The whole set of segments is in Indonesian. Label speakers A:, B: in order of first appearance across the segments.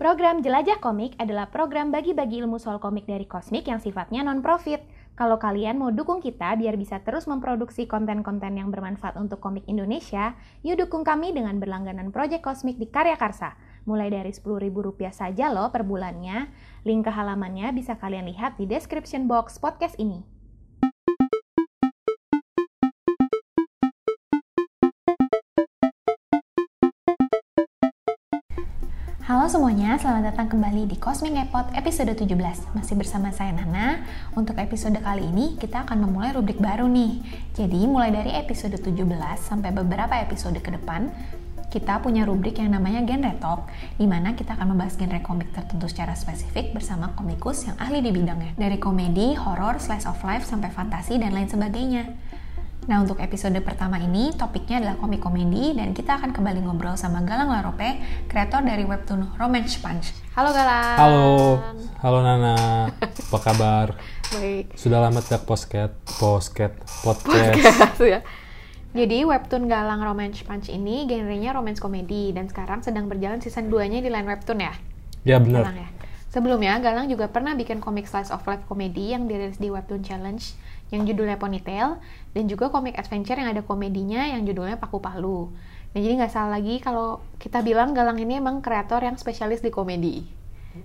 A: Program Jelajah Komik adalah program bagi-bagi ilmu soal komik dari Kosmik yang sifatnya non-profit. Kalau kalian mau dukung kita biar bisa terus memproduksi konten-konten yang bermanfaat untuk komik Indonesia, yuk dukung kami dengan berlangganan Project Kosmik di Karya Karsa. Mulai dari Rp10.000 saja loh per bulannya. Link ke halamannya bisa kalian lihat di description box podcast ini. Halo semuanya, selamat datang kembali di Cosmic Epot episode 17. Masih bersama saya Nana. Untuk episode kali ini kita akan memulai rubrik baru nih. Jadi mulai dari episode 17 sampai beberapa episode ke depan, kita punya rubrik yang namanya genre talk, di mana kita akan membahas genre komik tertentu secara spesifik bersama komikus yang ahli di bidangnya. Dari komedi, horor, slice of life, sampai fantasi, dan lain sebagainya. Nah, untuk episode pertama ini, topiknya adalah komik komedi dan kita akan kembali ngobrol sama Galang Larope, kreator dari webtoon Romance Punch. Halo Galang.
B: Halo, halo Nana, apa kabar?
A: Baik.
B: Sudah lama tidak posket, posket, podcast.
A: Podcast ya. Jadi webtoon Galang Romance Punch ini genrenya romance komedi dan sekarang sedang berjalan season 2-nya di line webtoon ya.
B: Ya benar.
A: Galang ya. Sebelumnya, Galang juga pernah bikin komik slice of life komedi yang dirilis di Webtoon Challenge yang judulnya Ponytail, dan juga komik adventure yang ada komedinya yang judulnya Paku Palu. Nah, jadi nggak salah lagi kalau kita bilang Galang ini emang kreator yang spesialis di komedi.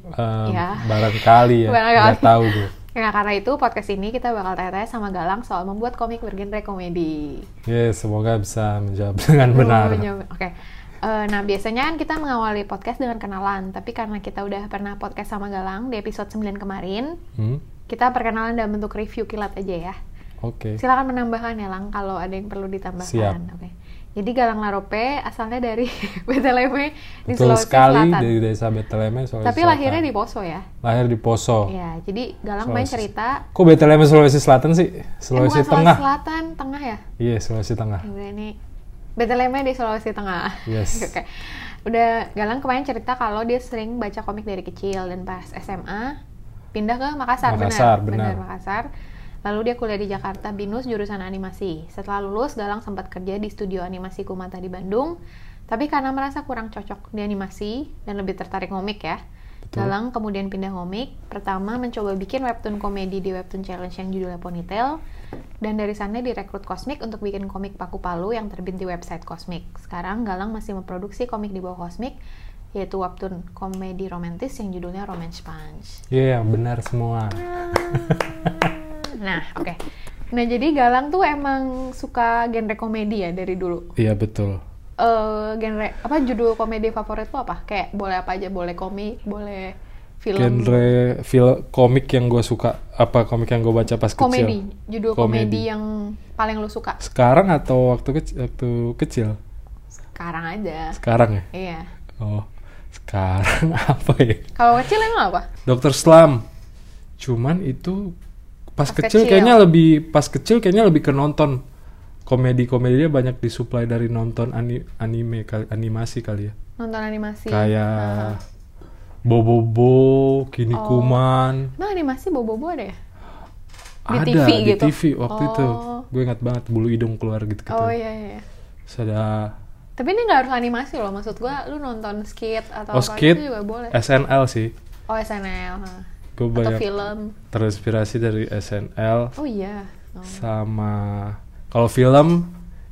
B: Em,
A: Ya.
B: Barangkali ya,
A: Barangkali.
B: nggak tahu gue.
A: Nah, karena itu podcast ini kita bakal tanya-tanya sama Galang soal membuat komik bergenre komedi.
B: Ya, semoga bisa menjawab dengan benar.
A: Oh, jawab- Oke. Eh, nah, biasanya kan kita mengawali podcast dengan kenalan, tapi karena kita udah pernah podcast sama Galang di episode 9 kemarin,
B: Hmm?
A: kita perkenalan dalam bentuk review kilat aja ya.
B: Oke.
A: Silakan menambahkan ya Lang kalau ada yang perlu ditambahkan.
B: Siap.
A: Oke. Jadi Galang Larope asalnya dari Beteleme di
B: Betul
A: Sulawesi
B: sekali
A: Selatan.
B: dari desa Beteleme Sulawesi
A: Tapi
B: Selatan.
A: lahirnya di Poso ya.
B: lahir di Poso.
A: Ya, jadi Galang main
B: Sulawesi.
A: cerita
B: Kok Beteleme Sulawesi Selatan sih?
A: eh,
B: Sulawesi
A: bukan
B: Tengah.
A: Sulawesi Selatan, Tengah ya.
B: Iya, Sulawesi Tengah.
A: Yang Ini Beteleme di Sulawesi Tengah.
B: Yes.
A: Oke. Udah Galang kemarin cerita kalau dia sering baca komik dari kecil dan pas SMA pindah ke Makassar,
B: Makassar,
A: benar.
B: benar.
A: Makassar. Lalu dia kuliah di Jakarta BINUS jurusan animasi. Setelah lulus, Galang sempat kerja di studio animasi Kumata di Bandung. Tapi karena merasa kurang cocok di animasi dan lebih tertarik komik ya,
B: Betul.
A: Galang kemudian pindah komik. Pertama mencoba bikin webtoon komedi di webtoon challenge yang judulnya Ponytail. Dan dari sana direkrut Cosmic untuk bikin komik Paku Palu yang terbit di website Cosmic. Sekarang Galang masih memproduksi komik di bawah Cosmic, yaitu webtoon komedi romantis yang judulnya Romance Punch.
B: Iya, benar semua.
A: Iya. Nah, oke. Nah, jadi Galang tuh emang suka genre komedi ya dari dulu.
B: Iya, betul.
A: Eh genre apa judul komedi favorit lo apa? Kayak boleh apa aja, boleh komik, boleh film.
B: Genre film komik yang gue suka apa komik yang gue baca pas
A: komedi,
B: kecil?
A: judul komedi. yang paling lo suka
B: Sekarang atau waktu kecil? Waktu kecil?
A: sekarang aja.
B: Sekarang ya?
A: Iya.
B: Oh, sekarang apa ya?
A: Kalau kecil emang apa?
B: Dokter Slam. Cuman itu pas,
A: Pas
B: kecil,
A: kecil.
B: kayaknya lebih pas kecil kayaknya lebih ke nonton komedi komedinya banyak disuplai dari nonton ani- anime kali- animasi kali ya.
A: Nonton animasi.
B: Kayak Bobobo, Kini
A: Oh.
B: Kuman.
A: Emang animasi bobo-bobo ada ya? Di
B: ada
A: TV
B: di
A: gitu?
B: TV waktu itu. Gitu.
A: Oh.
B: Gue ingat banget bulu hidung keluar gitu-gitu.
A: Oh iya iya.
B: Terus ada
A: Tapi ini nggak harus animasi loh, maksud gua lu nonton skit atau
B: Oh,
A: apa
B: skit.
A: itu juga boleh.
B: SNL sih.
A: Oh SNL. ha. Atau
B: Gue banyak
A: film.
B: terinspirasi dari SNL
A: Oh iya. Oh.
B: sama kalau film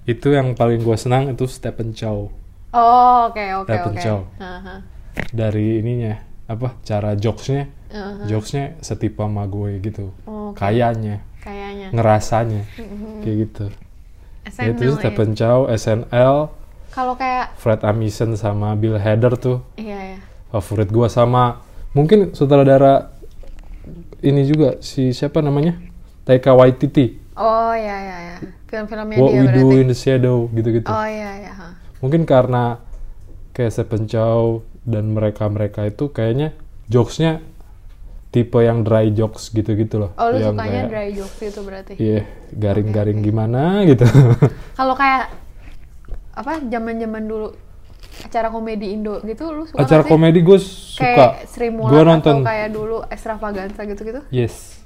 B: itu yang paling gue senang itu Stephen Chow
A: Oh, oke oke
B: Stephen
A: oke.
B: Chow.
A: Aha.
B: dari ininya apa cara jokesnya
A: Aha.
B: jokesnya setipe sama gue gitu
A: Oh, oke.
B: kayaknya
A: Kayaknya.
B: ngerasanya kayak gitu
A: SNL
B: ya itu
A: ya.
B: Stephen Chow SNL
A: Kalau kayak
B: Fred Armisen sama Bill Hader tuh
A: iya ya.
B: favorit gue sama mungkin sutradara ini juga si siapa namanya Taika Waititi
A: Oh iya iya ya. Film-filmnya
B: What
A: dia
B: We Do
A: berarti.
B: in the Shadow gitu-gitu
A: Oh iya iya. ha.
B: mungkin karena kayak Stephen Chow dan mereka-mereka itu kayaknya jokesnya tipe yang dry jokes gitu-gitu loh.
A: Oh lu
B: yang
A: sukanya
B: Iya, kayak,
A: dry jokes itu berarti.
B: Iya, garing-garing gimana gitu.
A: Kalau kayak apa zaman-zaman dulu acara komedi Indo gitu lu suka
B: Acara
A: nggak sih?
B: komedi gue suka.
A: kayak Sri Mulat
B: Gue nonton.
A: atau kayak dulu Extravaganza gitu-gitu?
B: Yes.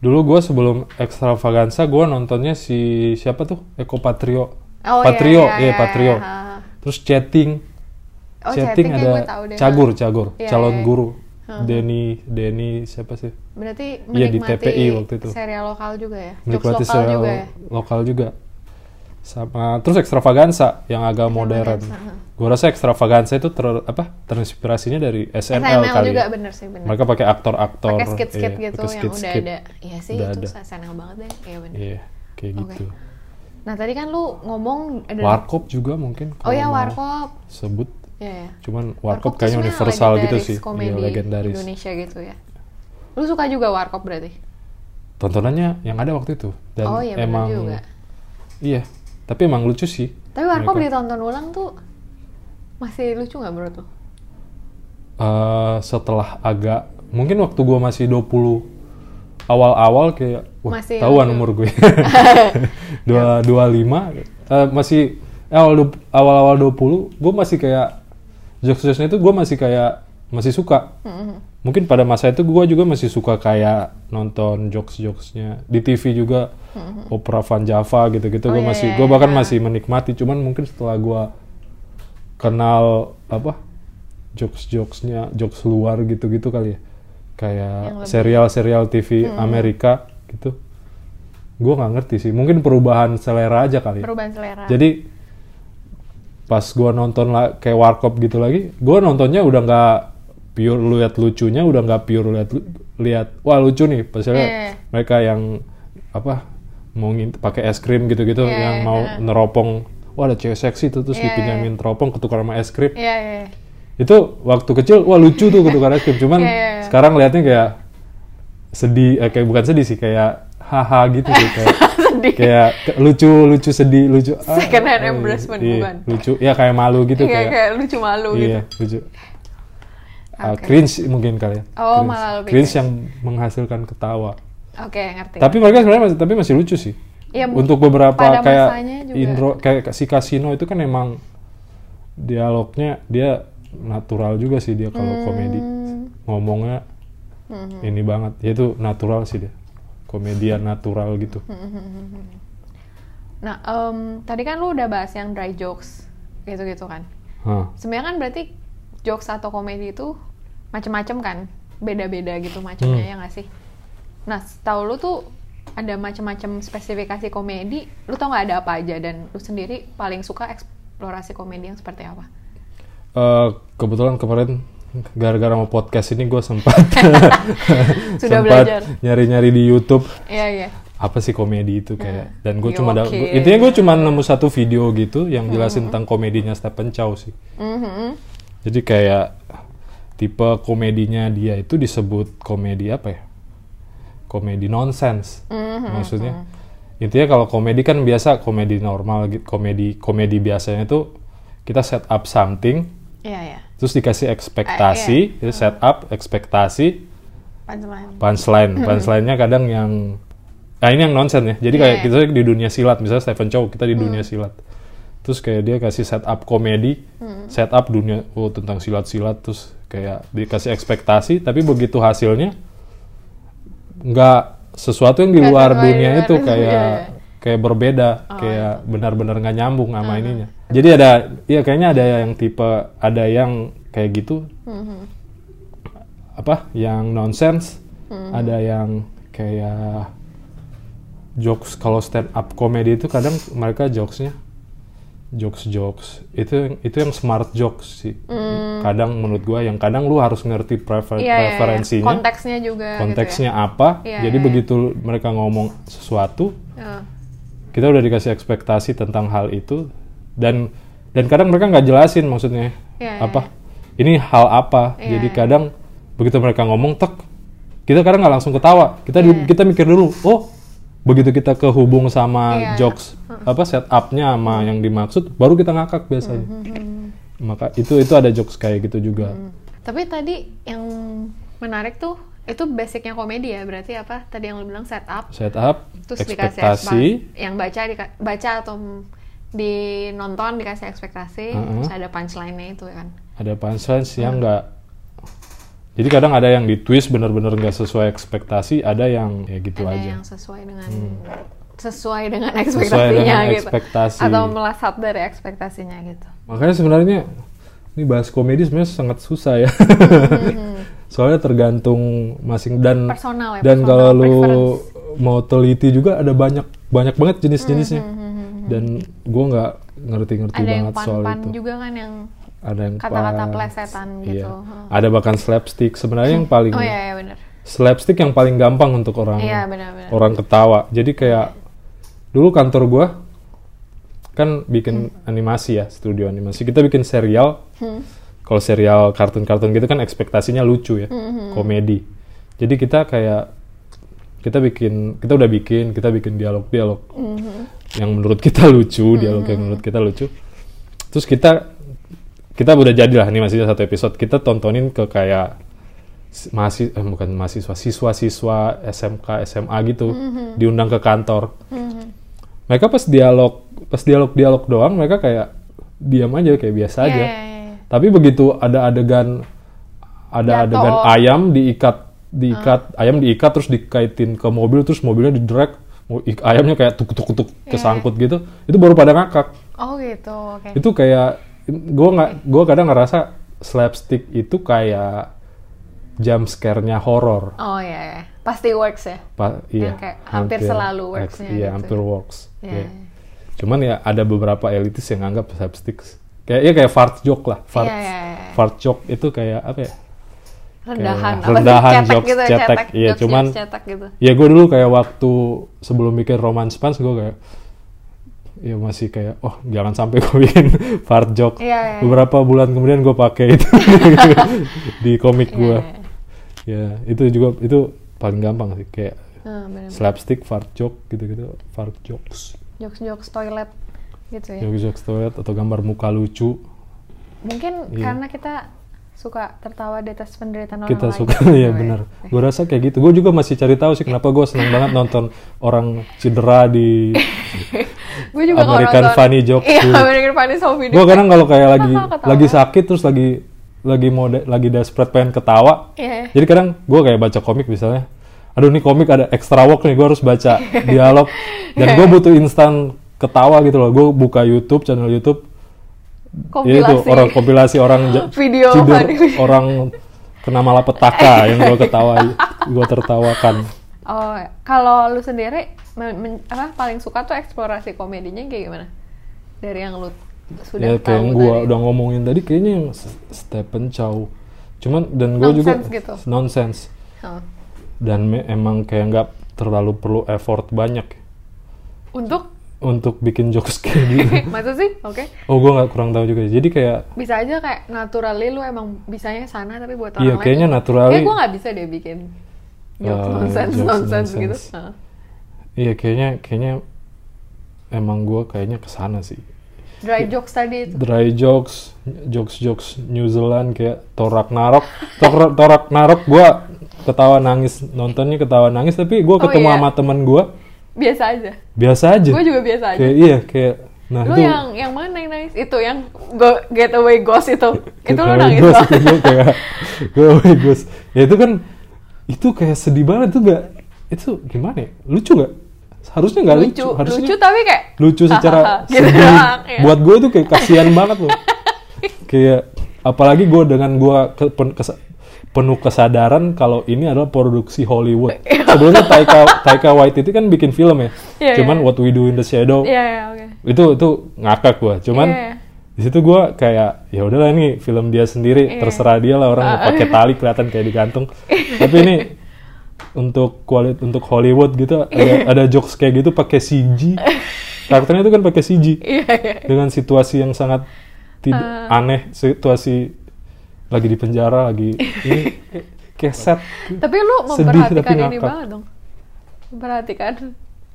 B: Dulu gue sebelum Extravaganza gue nontonnya si siapa tuh Eko Patrio.
A: Oh, iya,
B: Patrio,
A: iya,
B: iya,
A: iya,
B: Patrio.
A: iya.
B: Terus chatting.
C: Oh,
B: setting
C: chatting yang
B: ada
C: gue tahu deh.
B: cagur cagur
C: Iya,
B: calon
C: iya.
B: guru
C: Hmm.
B: Denny Denny siapa sih
C: Berarti
B: Iya, di
C: menikmati
B: TPI waktu itu.
C: serial lokal juga ya?
B: menikmati
C: Jokes lokal
B: serial
C: juga ya?
B: eh, lokal juga sama terus ekstravaganza yang agak modern
C: Extravaganza,
B: gue rasa ekstravaganza itu ter apa terinspirasinya dari SNL,
C: SNL
B: kali
C: juga
B: ya.
C: bener sih bener.
B: mereka pakai aktor-aktor
C: Pakai
B: iya,
C: skit-skit gitu
B: pakai
C: yang udah
B: skit-skit.
C: ada. Iya sih
B: Udah
C: itu
B: ada.
C: SNL banget deh. Iya bener.
B: iya kayak
C: Oke.
B: gitu
C: Nah tadi kan lu ngomong ada
B: warkop juga mungkin
C: Oh
B: kalau
C: ya
B: mau
C: Warkop.
B: sebut
C: Iya ya.
B: cuman warkop
C: Warkop tuh
B: kayaknya
C: sebenarnya
B: universal gitu
C: legendaris
B: sih
C: Komedi
B: iya legendaris
C: Indonesia gitu ya. Lu suka juga Warkop berarti?
B: tontonannya yang ada waktu itu dan
C: oh iya bener
B: emang
C: juga.
B: iya tapi emang lucu sih
C: Tapi Warkop
B: mereka.
C: ditonton ulang tuh masih lucu nggak menurut lu?
B: Eh, setelah agak mungkin waktu gua masih 20 awal-awal kayak wah
C: Masih
B: tahuan
C: lucu.
B: umur gue dua dua lima eh, masih eh, awal du- awal-awal 20 gue masih kayak jokes-jokesnya itu gue masih kayak masih suka
C: Mm-hmm.
B: mungkin pada masa itu gua juga masih suka kayak nonton jokes-jokesnya di TV juga opera Van Java gitu-gitu
C: Mm-hmm. Oh,
B: gue
C: iya,
B: masih
C: iya,
B: gue bahkan
C: iya.
B: masih menikmati cuman mungkin setelah gua kenal apa jokes-jokesnya jokes luar gitu-gitu kali ya
C: Yang
B: kayak
C: lebih- Hmm.
B: serial-serial TV Amerika gitu gue nggak ngerti sih mungkin perubahan selera aja kali ya.
C: Perubahan selera.
B: jadi pas gue nonton la- kayak warkop gitu lagi gue nontonnya udah nggak pure lihat lucunya udah nggak pure lihat lu- lihat wah lucu nih misalnya
C: Iya.
B: mereka yang apa mau ngint- pakai es krim gitu-gitu
C: Iya,
B: yang
C: iya,
B: mau
C: iya.
B: neropong wah ada cewek seksi tuh terus
C: Iya, iya,
B: dipinjamin teropong ketukar sama es krim
C: Iya iya. iya.
B: itu waktu kecil wah lucu tuh ketukar es krim cuman
C: Iya, iya, iya.
B: sekarang liatnya kayak sedih eh, kayak bukan sedih sih kayak haha gitu sih kayak
C: Sedih.
B: kayak ke- lucu lucu sedih lucu ah,
C: Second hand
B: iya,
C: embarrassment,
B: iya,
C: bukan?
B: lucu ya kayak malu gitu
C: Iya,
B: kayak,
C: kayak lucu malu
B: iya
C: gitu.
B: lucu Ah,
C: Oke.
B: cringe mungkin kali ya
C: Oh,
B: cringe.
C: malah lebih
B: Cringe
C: cringe. Iya.
B: yang menghasilkan ketawa
C: Oke, ngerti.
B: tapi mereka sebenarnya masih tapi masih lucu sih
C: Iya, mungkin
B: untuk beberapa
C: pada
B: kayak
C: masanya juga.
B: intro kayak si kasino itu kan emang dialognya dia natural juga sih dia
C: Hmm.
B: kalau komedi ngomongnya ini banget dia itu natural sih dia komedian natural gitu
C: Hmm. Nah, em, tadi kan lu udah bahas yang dry jokes gitu-gitu kan.
B: Hah.
C: Sebenarnya kan berarti jokes atau komedi itu macem-macem kan, beda-beda gitu macamnya
B: Hmm.
C: ya nggak sih? Nah, tahu lu tuh ada macam-macam spesifikasi komedi, lu tau nggak ada apa aja dan lu sendiri paling suka eksplorasi komedi yang seperti apa?
B: Eh, kebetulan kemarin gara-gara mau podcast ini gue sempat
C: Sudah
B: sempat
C: belajar.
B: nyari-nyari di YouTube
C: Iya iya.
B: apa sih komedi itu kayak dan gue
C: Iya,
B: cuma ada
C: oke.
B: gua- intinya gue cuma nemu satu video gitu yang jelasin tentang komedinya Stephen Chow sih
C: Mhm.
B: Jadi kayak tipe komedinya dia itu disebut komedi apa ya? Komedi nonsense. Maksudnya intinya kalau komedi kan biasa komedi normal gitu, komedi komedi biasanya itu kita set up something
C: Iya iya.
B: terus dikasih ekspektasi, jadi set up ekspektasi
C: Punchline.
B: punchline. Punchline-nya kadang yang Nah ini yang nonsen ya. Jadi kayak
C: Iya,
B: kita di dunia silat, misalnya Stephen Chow, kita di dunia silat. Terus kayak dia kasih setup komedi, setup dunia oh tentang silat-silat terus kayak dikasih ekspektasi, tapi begitu hasilnya nggak sesuatu yang di
C: Nggak
B: luar
C: sesuai
B: dunia
C: luar
B: itu
C: itu,
B: kayak
C: iya, iya. Oh, Ah.
B: kayak berbeda, kayak benar-benar nggak nyambung sama ininya. Jadi ada ya kayaknya ada yang tipe ada yang kayak gitu,
C: Mm-hmm.
B: apa yang nonsense
C: Mm-hmm.
B: ada yang kayak jokes kalau stand up comedy itu kadang mereka jokesnya jokes jokes itu yang- itu yang smart jokes sih kadang menurut gua yang kadang lu harus ngerti prefer-
C: Mm. Iya, iya, iya.
B: preferensinya
C: Konteksnya juga. gitu ya.
B: konteksnya apa
C: Iya,
B: jadi
C: iya, iya.
B: begitu mereka ngomong sesuatu
C: Iya.
B: kita udah dikasih ekspektasi tentang hal itu dan dan kadang mereka nggak jelasin maksudnya
C: Iya,
B: apa ini hal apa
C: Iya,
B: jadi
C: iya.
B: kadang begitu mereka ngomong tek kita kadang nggak langsung ketawa kita di-
C: Iya.
B: kita mikir dulu oh begitu kita kehubung sama
C: Iya.
B: jokes apa setupnya sama yang dimaksud baru kita ngakak biasanya maka itu itu ada jokes kayak gitu juga
C: Tapi tadi yang menarik tuh itu basicnya komedi ya berarti apa tadi yang lu bilang setup
B: setup
C: terus dikasih
B: ekspektasi
C: ekspa- yang baca dika- baca atau m- dinonton dikasih ekspektasi
B: Mm-mm.
C: terus ada punchline-nya itu kan
B: ada punchlines yang Ya, nggak jadi kadang ada yang di twist bener-bener nggak sesuai ekspektasi ada yang ya gitu aja
C: ada
B: Hmm.
C: yang sesuai dengan sesuai dengan
B: Sesuai
C: ekspektasinya
B: dengan
C: gitu
B: ekspektasi.
C: atau melesat dari ekspektasinya gitu
B: makanya sebenarnya ini bahas komedi sebenarnya sangat susah ya. Soalnya tergantung masing dan
C: Hmm. Personal ya,
B: dan
C: personal
B: kalau lu
C: preference. Hmm,
B: mau teliti juga ada banyak banyak banget jenis-jenisnya. Dan gua nggak ngerti-ngerti
C: Ada yang
B: banget soal
C: pan-pan
B: itu.
C: juga kan yang
B: Ada yang
C: kata-kata
B: pan-
C: plesetan
B: iya.
C: gitu. Heeh.
B: Ada bahkan slapstick. Sebenarnya yang paling
C: Oh iya, iya benar.
B: slapstick yang paling gampang untuk orang
C: Iya, benar-benar.
B: orang ketawa. Jadi kayak dulu kantor gua kan bikin animasi ya, studio animasi. Kita bikin serial. Kalau serial kartun-kartun gitu kan ekspektasinya lucu ya, komedi. Jadi kita kayak kita bikin kita udah bikin kita bikin dialog-dialog yang menurut kita lucu, dialog yang menurut kita lucu. Terus kita kita udah jadilah animasinya satu episode. Kita tontonin ke kayak masih eh, bukan mahasiswa siswa siswa SMK SMA gitu diundang ke kantor mereka pas dialog pas dialog dialog doang mereka kayak diam aja kayak biasa
C: Iya,
B: aja
C: iya, iya.
B: tapi begitu ada adegan ada
C: Jatuh. Ah.
B: adegan ayam diikat diikat ayam diikat terus dikaitin ke mobil terus mobilnya diderek mo- ik- ayamnya kayak tuk tuk tuk
C: Iya,
B: kesangkut gitu itu baru pada ngakak
C: Oh gitu, oke.
B: itu kayak gue nggak gue kadang ngerasa slapstick itu kayak jump scare-nya horor
C: Oh iya, iya. Pasti works ya.
B: Pa- iya,
C: Yang kayak hampir selalu works-nya
B: Iya,
C: gitu.
B: hampir works. Iya.
C: Iya, iya.
B: Cuman ya ada beberapa elitis yang anggap slapstick kayak ya kayak fart joke lah. Fart,
C: Iya, iya, iya.
B: fart joke itu kayak apa ya?
C: Rendahan,
B: Kayak
C: apa sih?
B: rendahan,
C: cetek
B: jokes
C: gitu, ya,
B: cetek.
C: cetek.
B: Iya,
C: jokes,
B: cuman-
C: jokes cetek gitu.
B: Ya gue dulu kayak waktu sebelum bikin romance pants gue kayak ya masih kayak oh jangan sampai gue bikin fart joke.
C: Iya, iya.
B: Beberapa bulan kemudian gue pakai itu di komik
C: Iya,
B: gue.
C: iya.
B: Ya itu juga itu paling gampang sih kayak
C: Ah, bener.
B: slapstick, fart joke gitu-gitu, fart jokes.
C: Jokes-jokes toilet gitu ya.
B: jokes-jokes toilet atau gambar muka lucu
C: Mungkin
B: Iya.
C: karena kita suka tertawa di atas penderitaan orang
B: kita
C: lain. Iya.
B: suka ya benar gue rasa kayak gitu gue juga masih cari tahu sih kenapa gue senang banget nonton orang cedera di
C: Gue juga kalau
B: American
C: nonton-
B: Funny Jokes
C: Iya,
B: dulu.
C: American Funny Home Video.
B: gue kadang kalau kayak lagi
C: Ketawa.
B: lagi sakit terus lagi lagi mau de- lagi desperate pengen ketawa
C: Iya.
B: jadi kadang gue kayak baca komik misalnya aduh nih komik ada extra work nih gue harus baca dialog dan
C: Iya.
B: gue butuh instan ketawa gitu loh gue buka YouTube channel YouTube Ya itu
C: Kompilasi.
B: orang kompilasi orang ja-
C: Video
B: tidur,
C: funny.
B: orang kena malapetaka yang gue ketawai gue tertawakan
C: Oh, kalau lu sendiri men- men- apa paling suka tuh eksplorasi komedinya kayak gimana? Dari yang lu
B: ya
C: sudah
B: kayak yang
C: tahu
B: gue
C: tadi.
B: udah ngomongin tadi kayaknya yang S- Stephen Chow cuman dan gue juga
C: Nonsense gitu.
B: nonsense
C: Hah.
B: dan me- emang kayak nggak terlalu perlu effort banyak
C: Untuk
B: untuk bikin jokes kayak gitu
C: maksud sih, oke.
B: oh gue nggak kurang tahu juga jadi kayak
C: Bisa aja kayak naturally lu emang bisanya sana tapi buat orang
B: iya
C: lain.
B: kayaknya naturally
C: Kayak gue nggak bisa deh bikin jokes
B: Eh,
C: nonsense
B: jokes
C: nonsense gitu.
B: nonsense.
C: Hah.
B: iya kayaknya kayaknya emang gue kayaknya kesana sih
C: Dry jokes tadi itu.
B: dry jokes, jokes jokes New Zealand kayak torak narok, torak, torak narok gue ketawa nangis nontonnya ketawa nangis tapi gue
C: Oh,
B: ketemu
C: iya.
B: sama temen gue
C: Biasa aja.
B: biasa aja.
C: Gue juga biasa aja.
B: Kayak iya kayak nah
C: Lu
B: itu
C: yang yang mana yang nangis? Itu yang go, getaway ghost itu. itu lu gitu.
B: kayak
C: nangis
B: gue-
C: banget.
B: gue kayak gue oh my gosh. ya itu kan itu kayak sedih banget itu gak itu gimana ya? lucu gak harusnya nggak lucu,
C: lucu,
B: harusnya
C: lucu tapi kayak
B: lucu secara
C: hahaha, gitu
B: sedih.
C: doang, ya.
B: buat gue itu kayak kasihan banget loh kayak apalagi gue dengan gue ke- pen- kes- penuh kesadaran kalau ini adalah produksi Hollywood sebelumnya Taika Taika Waititi kan bikin film ya
C: Iya,
B: cuman
C: iya.
B: What We Do in the Shadow
C: Iya, iya, oke.
B: itu itu ngakak gue cuman
C: Iya, iya.
B: di situ gue kayak ya udahlah ini film dia sendiri
C: Iya.
B: terserah dia lah orang mau pakai tali kelihatan kayak digantung tapi ini untuk kualit untuk Hollywood gitu ada,
C: Iya.
B: ada jokes kayak gitu pakai CG karakternya itu kan pakai CG
C: Iya, iya.
B: dengan situasi yang sangat tidak aneh situasi lagi di penjara lagi ini keset
C: Tapi lu
B: Sedih
C: memperhatikan
B: tapi
C: ini
B: ngakak.
C: banget dong. Memperhatikan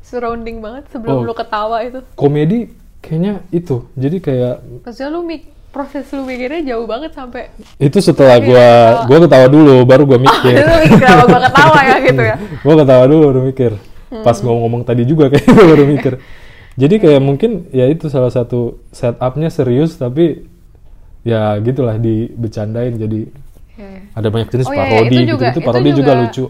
C: surrounding banget
B: Oh.
C: sebelum lu ketawa itu.
B: komedi kayaknya itu jadi kayak
C: Maksudnya lu mik proses lu mikirnya jauh banget sampai
B: itu setelah
C: Iya,
B: gua
C: ketawa.
B: gua ketawa dulu baru gua
C: oh,
B: mikir
C: lu mikir kenapa gua ketawa ya gitu ya. Hmm.
B: gue ketawa dulu baru mikir pas gue ngomong tadi juga kayak baru mikir jadi kayak mungkin ya itu salah satu setupnya serius tapi ya gitulah dibecandain jadi
C: Iya, iya.
B: ada banyak jenis
C: Oh, iya, iya,
B: parodi
C: itu juga-
B: gitu
C: itu
B: parodi juga,
C: juga-
B: lucu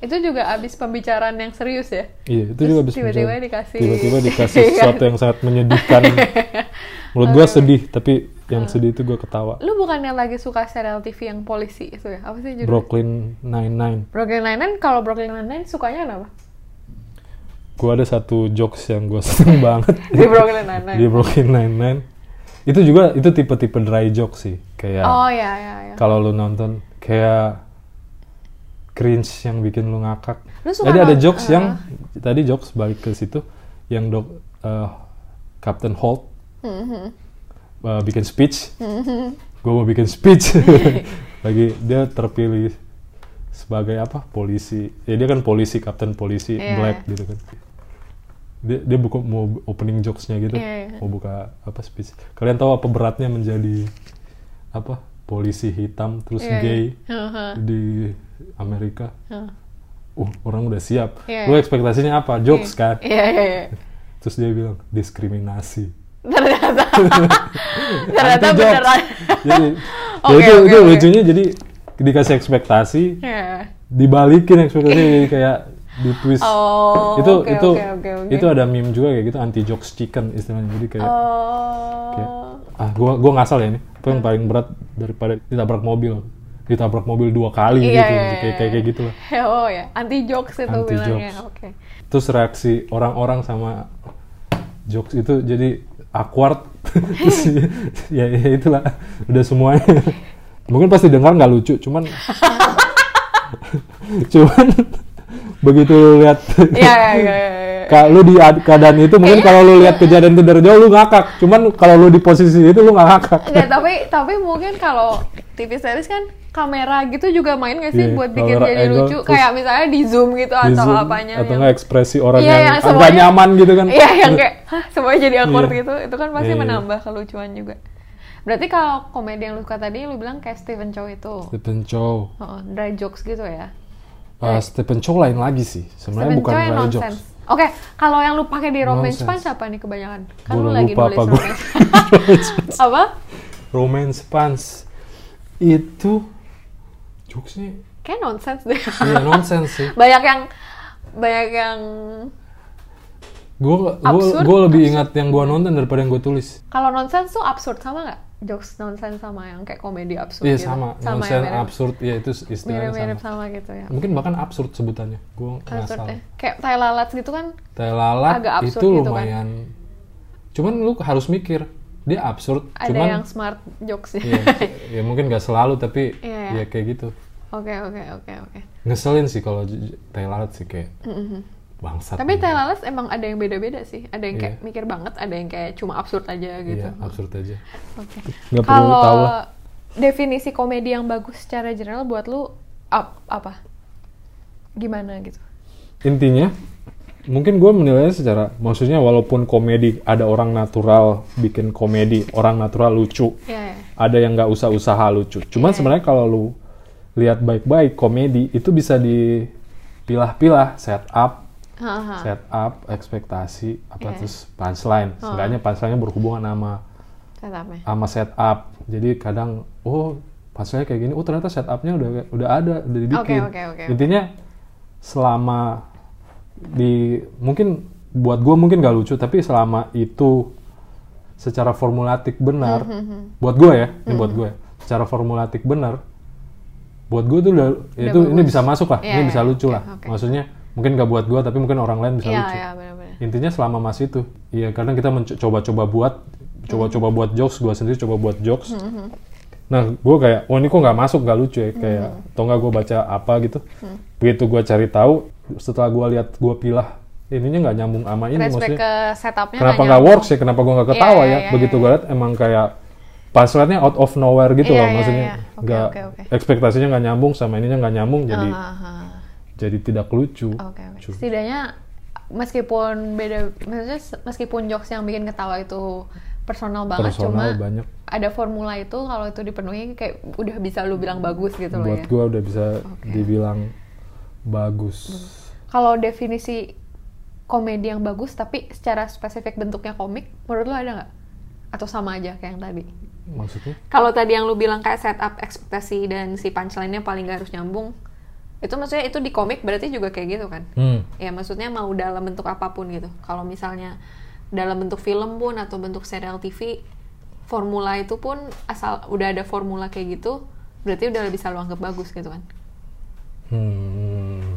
C: Itu juga abis pembicaraan yang serius ya.
B: iya itu
C: Terus
B: juga habis
C: tiba-tiba
B: menjawab.
C: dikasih- Iya.
B: tiba-tiba dikasih sesuatu yang sangat menyedihkan menurut gue sedih tapi
C: Hmm.
B: yang sedih itu gue ketawa
C: Lu bukannya lagi suka serial TV yang polisi itu ya? Apa sih judulnya?
B: Brooklyn Nine Nine
C: Brooklyn Nine-Nine, kalau Brooklyn Nine-Nine sukanya kenapa?
B: gue ada satu jokes yang gue seneng banget
C: Di Brooklyn Nine-Nine.
B: di Brooklyn Nine Nine itu juga itu tipe-tipe dry jokes sih kayak
C: Oh ya ya ya.
B: kalau lu nonton kayak cringe yang bikin lu ngakak.
C: Lu suka
B: Tadi ada
C: nonton-
B: jokes
C: eh.
B: yang tadi jokes balik ke situ yang dok eh, Captain Holt
C: Mm-hmm.
B: eh, bikin speech. Gue mau bikin speech lagi dia terpilih sebagai apa polisi. Ya dia kan polisi Captain polisi
C: Iya.
B: black gitu kan. Dia, dia buka mau opening jokesnya gitu,
C: Iya, iya.
B: mau buka apa speech. Kalian tahu apa beratnya menjadi apa polisi hitam terus
C: Iya, iya.
B: gay
C: Heeh.
B: di Amerika
C: Heeh.
B: uh orang udah siap
C: Iya,
B: lu
C: iya.
B: ekspektasinya apa jokes kan
C: Iya iya iya.
B: terus dia bilang diskriminasi
C: Ternyata ternyata
B: Anti-jokes.
C: beneran.
B: jadi ya
C: Oke,
B: itu,
C: oke,
B: itu
C: oke.
B: lucunya jadi dikasih ekspektasi
C: Iya.
B: dibalikin ekspektasinya jadi kayak di twist
C: Oh.
B: itu
C: oke,
B: itu
C: oke, oke, oke.
B: itu ada meme juga kayak gitu anti jokes chicken istilahnya jadi kayak
C: Oh.
B: kayak, ah gua gua ngasal ya ini apa
C: Hmm.
B: yang paling berat daripada ditabrak mobil ditabrak mobil dua kali
C: Iya,
B: gitu
C: iya, iya,
B: kayak kayak kayak
C: iya.
B: gitu lah
C: Oh ya, anti jokes itu
B: Anti
C: bilangnya.
B: jokes.
C: Oke.
B: terus reaksi orang-orang sama jokes itu jadi awkward terus ya, ya itulah udah semuanya mungkin pasti dengar nggak lucu cuman cuman begitu lu lihat
C: Iya iya iya. iya.
B: kalau lu di ad- keadaan itu mungkin kalau lu lihat kejadian itu dari jauh lu ngakak cuman kalau lu di posisi itu lu nggak ngakak
C: Nggak, tapi tapi mungkin kalau TV series kan kamera gitu juga main nggak sih
B: Iya,
C: buat bikin
B: kamera
C: jadi
B: angle,
C: lucu
B: terus
C: kayak misalnya di zoom gitu
B: Di
C: atau
B: Zoom,
C: apanya
B: atau
C: yang-
B: nggak ekspresi orang
C: Iya,
B: yang
C: yang
B: agak
C: semuanya-
B: nyaman gitu kan
C: Iya yang kayak hah semuanya jadi awkward
B: Iya.
C: gitu itu kan pasti
B: Iya, iya.
C: menambah kelucuan juga. Berarti kalau komedi yang lu suka tadi lu bilang kayak Stephen Chow itu.
B: Stephen Chow
C: Oh, dry jokes gitu ya.
B: Ah, Stephen Chow lain lagi sih sebenarnya
C: Stephen
B: bukan
C: Chow yang
B: dry
C: nonsense.
B: jokes
C: Oke, kalau yang lu pakai di romance
B: Nonsense.
C: punch apa nih kebanyakan? Kan
B: Gua
C: lu
B: udah
C: lagi
B: lupa
C: nulis
B: apa gua.
C: romance. apa?
B: romance pants itu jokesnya
C: Kayak nonsense deh.
B: ya nonsense sih
C: banyak yang banyak yang
B: gue
C: Absurd,
B: gue lebih ingat yang gue nonton daripada yang gue tulis
C: kalau nonsense tuh absurd sama nggak? Jokes nonsense sama yang kayak komedi absurd
B: iya
C: gitu.
B: sama,
C: sama ya,
B: nonsense
C: mirip-
B: absurd ya itu istilahnya
C: mirip-mirip
B: sama.
C: sama gitu ya.
B: mungkin bahkan absurd sebutannya gue nggak
C: Absurd ya.
B: salah
C: Kayak tai lalat gitu kan
B: teh lalat
C: Agak absurd
B: itu
C: gitu kan.
B: lumayan cuman lu harus mikir dia absurd
C: ada
B: cuman
C: yang smart jokes ya.
B: ya, ya mungkin gak selalu tapi
C: Iya, iya.
B: ya kayak gitu
C: Oke oke oke oke.
B: ngeselin sih kalau j- j- teh lalat sih kayak bangsat gitu.
C: Tapi
B: nih.
C: tai lalat emang ada yang beda-beda sih. Ada yang kayak
B: Iya.
C: mikir banget, ada yang kayak cuma absurd aja gitu.
B: iya absurd aja
C: Oke.
B: nggak perlu tahu lah
C: Kalau definisi komedi yang bagus secara general buat lu ap- apa? Gimana gitu?
B: intinya mungkin gue menilainya secara maksudnya walaupun komedi ada orang natural bikin komedi orang natural lucu
C: Iya. ya.
B: ada yang nggak usah usaha lucu cuman
C: Iya.
B: sebenarnya kalau lu lihat baik-baik komedi itu bisa dipilah-pilah setup
C: Haha.
B: setup ekspektasi apa
C: Ah. Iya.
B: terus punchline seenggaknya punchline punchline-nya berhubungan sama
C: Tetapnya.
B: sama setup jadi kadang oh punchline kayak gini oh ternyata setupnya udah udah ada udah dibikin
C: Oke, oke, oke.
B: intinya selama di mungkin buat gue mungkin gak lucu tapi selama itu secara formulatik benar
C: Hmm,
B: buat gue ya ini buat gue secara formulatik benar buat gue tuh udah,
C: Udah
B: itu ini
C: bagus.
B: bisa masuk lah
C: Iya,
B: ini bisa
C: iya,
B: lucu
C: iya,
B: lah
C: oke.
B: maksudnya mungkin gak buat gue tapi mungkin orang lain bisa
C: Iya
B: lucu
C: iya benar-benar.
B: intinya selama masih itu ya kadang kita menco- coba-coba buat coba-coba buat jokes gue sendiri coba buat jokes nah gue kayak oh ini kok nggak masuk nggak lucu ya kayak atau nggak gue baca apa gitu begitu gue cari tahu setelah gue lihat gue pilah ininya nggak nyambung sama ini
C: Respect
B: maksudnya
C: ke setupnya
B: kenapa
C: nggak
B: nggak
C: nyambung.
B: works ya kenapa gue nggak ketawa
C: Iya, iya,
B: ya
C: iya,
B: begitu
C: iya.
B: gue lihat emang kayak passwordnya out of nowhere gitu
C: Iya,
B: loh
C: iya,
B: maksudnya
C: iya. Oke,
B: nggak
C: oke, oke.
B: ekspektasinya nggak nyambung sama ininya nggak nyambung jadi
C: Haha.
B: jadi tidak lucu
C: Oke, oke.
B: Cu-
C: Setidaknya meskipun beda maksudnya se- meskipun jokes yang bikin ketawa itu personal banget
B: personal
C: cuma
B: banyak
C: ada formula itu kalau itu dipenuhi kayak udah bisa lu bilang bagus gitu loh
B: buat
C: ya.
B: gua udah bisa
C: Oke.
B: dibilang bagus.
C: Kalau definisi komedi yang bagus tapi secara spesifik bentuknya komik, menurut lu ada nggak? Atau sama aja kayak yang tadi?
B: Maksudnya?
C: Kalau tadi yang lu bilang kayak setup ekspektasi dan si punchline-nya paling gak harus nyambung, itu maksudnya itu di komik berarti juga kayak gitu kan?
B: Hmm.
C: Ya maksudnya mau dalam bentuk apapun gitu. Kalau misalnya dalam bentuk film pun atau bentuk serial TV formula itu pun asal udah ada formula kayak gitu berarti udah bisa lo anggap bagus gitu kan
B: Hmm.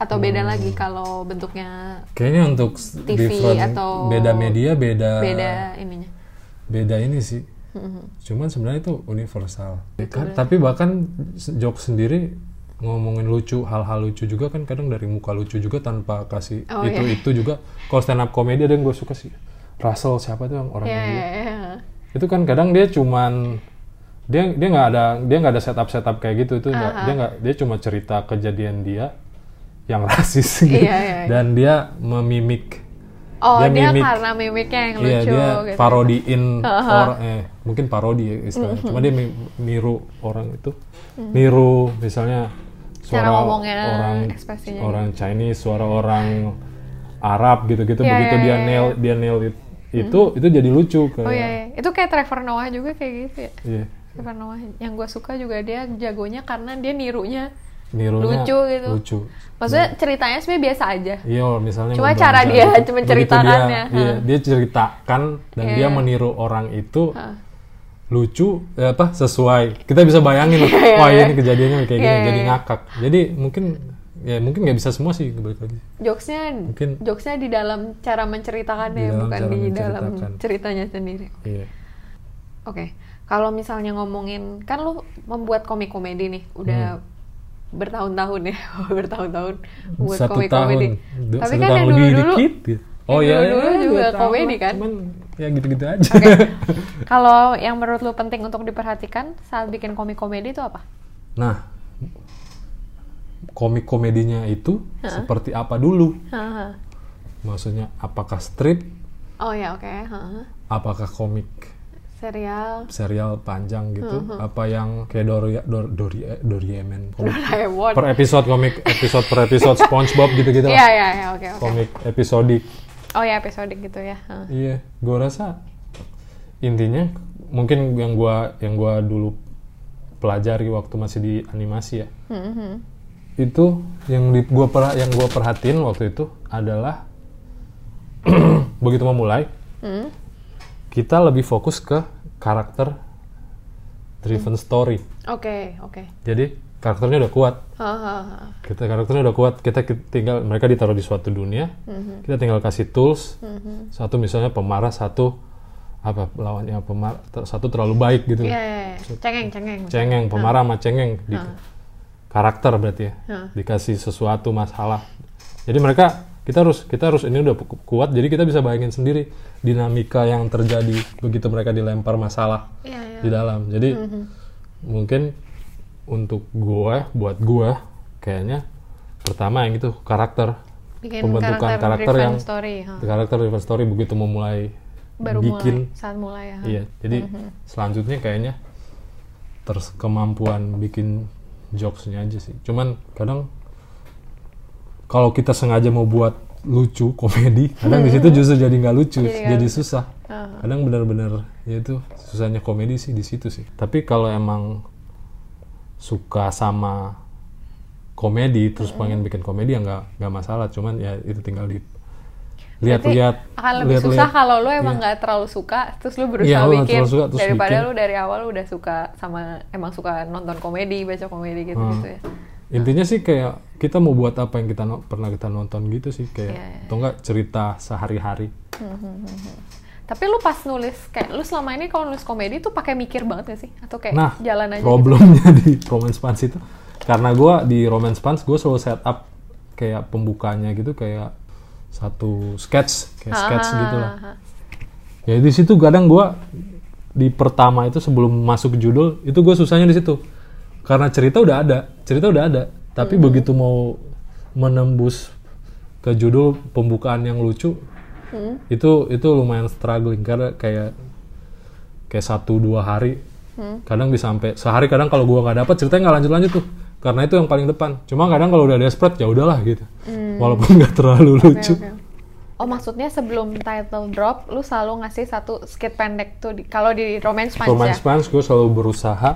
C: atau beda lagi kalau bentuknya
B: Kayaknya untuk s-
C: TV
B: different-
C: atau-
B: beda media beda
C: beda Mm-hmm. ininya
B: beda ini sih. Cuman sebenarnya itu universal. Kan- tapi bahkan s- joke sendiri ngomongin lucu hal-hal lucu juga kan kadang dari muka lucu juga tanpa kasih
C: Oh,
B: itu
C: iya.
B: itu juga kalau stand up komedi ada yang gue suka sih Russell siapa tuh yang orang
C: ya
B: India?
C: ya ya
B: itu kan kadang dia cuman dia dia nggak ada dia nggak ada setup setup kayak gitu itu nggak- dia nggak dia cuma cerita kejadian dia yang rasis gitu.
C: Iya, iya, iya.
B: dan dia memimik
C: oh
B: Dia
C: dia,
B: mimik.
C: karena mimiknya yang
B: iya
C: lucu
B: dia
C: gitu
B: parodiin orang eh mungkin parodi ya
C: Mhm.
B: istilahnya cuma dia mi- niru orang itu niru misalnya suara
C: ngomongnya,
B: orang
C: ekspresinya
B: orang Chinese suara orang Arab gitu-gitu
C: Iya,
B: begitu
C: iya,
B: dia
C: iya, Mhm.
B: nail dia nail it- itu itu jadi lucu kayak
C: oh iya iya. itu kayak Trevor Noah juga kayak gitu ya
B: iya,
C: Trevor Noah yang gue suka juga dia jagonya karena dia nirunya
B: nirunya
C: Lucu gitu.
B: lucu
C: maksudnya
B: Hmm.
C: ceritanya sebenarnya biasa aja
B: Iya, misalnya
C: Cuma
B: mau
C: cara
B: belanja,
C: dia
B: begitu
C: menceritakannya,
B: dia, iya,
C: ha.
B: dia ceritakan dan
C: Iya.
B: dia meniru orang itu lucu eh, apa sesuai. Kita bisa bayangin wah ini kejadiannya kayak gini
C: Iya, iya,
B: jadi
C: iya.
B: ngakak. Jadi mungkin ya mungkin nggak bisa semua sih balik lagi.
C: jokesnya
B: Mungkin-
C: jokesnya di dalam cara menceritakannya
B: Di dalam
C: bukan
B: cara
C: di dalam
B: menceritakan.
C: ceritanya sendiri
B: Iya.
C: oke kalau misalnya ngomongin kan lu membuat komik komedi nih
B: Hmm.
C: udah bertahun-tahun ya bertahun-tahun buat
B: satu
C: komik
B: tahun,
C: komedi
B: du-
C: tapi
B: satu
C: kan
B: tahun
C: yang
B: lebih
C: dulu dulu
B: dikit. gitu. Oh iya,
C: yang
B: iya,
C: dulu-dulu
B: dua
C: juga
B: tahun lah,
C: komedi kan?
B: Cuman ya gitu-gitu aja.
C: kalau yang menurut lu penting untuk diperhatikan saat bikin komik komedi itu apa
B: Nah, komik komedinya itu seperti apa dulu?
C: Haha.
B: Maksudnya apakah strip,
C: oh ya oke Haha.
B: apakah komik
C: serial
B: serial panjang gitu apa yang kayak Doria, Dor, Doria, Doraemon komik
C: Doraemon
B: per episode komik episode per episode SpongeBob gitu-gitu
C: iya
B: lah
C: iya iya oke oke
B: komik episodik
C: oh ya episodik gitu ya Haha.
B: iya gue rasa intinya mungkin yang gua yang gua dulu pelajari waktu masih di animasi ya itu yang di, gua perha- yang gua perhatiin waktu itu adalah begitu memulai
C: Hmm.
B: kita lebih fokus ke karakter driven story
C: Oke, oke.
B: Jadi karakternya udah kuat.
C: Hahaha.
B: Kita karakternya udah kuat. Kita ki- tinggal mereka ditaruh di suatu dunia. Kita tinggal kasih tools. Satu misalnya pemarah, satu apa lawannya pemarah, ter- satu terlalu baik gitu.
C: Iya, iya, iya. cengeng, cengeng.
B: Cengeng, pemarah sama cengeng di karakter berarti ya.
C: Hah.
B: Dikasih sesuatu masalah. Jadi mereka kita harus kita harus ini udah pu- kuat. Jadi kita bisa bayangin sendiri dinamika yang terjadi begitu mereka dilempar masalah
C: Iya, iya.
B: di dalam. Jadi mungkin untuk gue, buat gue, kayaknya pertama yang itu karakter,
C: Bikin
B: pembentukan karakter,
C: driven
B: yang
C: story. ha.
B: karakter driven story begitu memulai
C: Baru
B: bikin,
C: mulai, saat mulai ya. ha.
B: iya. Jadi selanjutnya kayaknya terus kemampuan bikin jokesnya aja sih. Cuman kadang kalau kita sengaja mau buat lucu komedi, kadang di situ justru jadi nggak lucu,
C: Mhm. Jadi nggak
B: jadi
C: lucu. Oh.
B: susah kadang benar-benar ya itu susahnya komedi sih di situ sih tapi kalau emang suka sama komedi terus
C: Mhm.
B: pengen bikin komedi ya nggak nggak masalah cuman ya itu tinggal di lihat-lihat
C: Berarti akan lebih
B: lihat-lihat.
C: susah kalau lu emang
B: Iya.
C: nggak terlalu suka, terus lu berusaha
B: lu nggak
C: bikin
B: terlalu suka, terus
C: daripada
B: bikin.
C: lu dari awal udah suka sama emang suka nonton komedi, baca komedi
B: Hmm.
C: gitu gitu ya.
B: intinya sih kayak kita mau buat apa yang kita no- pernah kita nonton gitu sih kayak
C: Iya, iya.
B: atau enggak cerita sehari-hari
C: Tapi lu pas nulis kayak lu selama ini kalau nulis komedi tuh pakai mikir banget gak sih? Atau kayak
B: nah
C: jalan aja? gitu?
B: problemnya di romance pants itu karena gua di romance pants gue selalu set up kayak pembukanya gitu kayak satu sketch kayak sketch
C: Ah,
B: gitu lah
C: ah, ah.
B: ya di situ kadang gua di pertama itu sebelum masuk judul itu gue susahnya di situ karena cerita udah ada cerita udah ada
C: Hmm.
B: tapi begitu mau menembus ke judul pembukaan yang lucu
C: Hmm.
B: itu itu lumayan struggling karena kayak kayak satu dua hari
C: Hmm.
B: kadang bisa sampai sehari kadang kalau gua nggak dapat ceritanya nggak lanjut lanjut tuh karena itu yang paling depan cuma kadang kalau udah desperate ya udahlah gitu walaupun nggak terlalu lucu
C: Hmm. Oke, oke. Oh maksudnya sebelum title drop, lu selalu ngasih satu skit pendek tuh di, kalau di romance punch
B: Romance
C: ya?
B: Punch gue selalu berusaha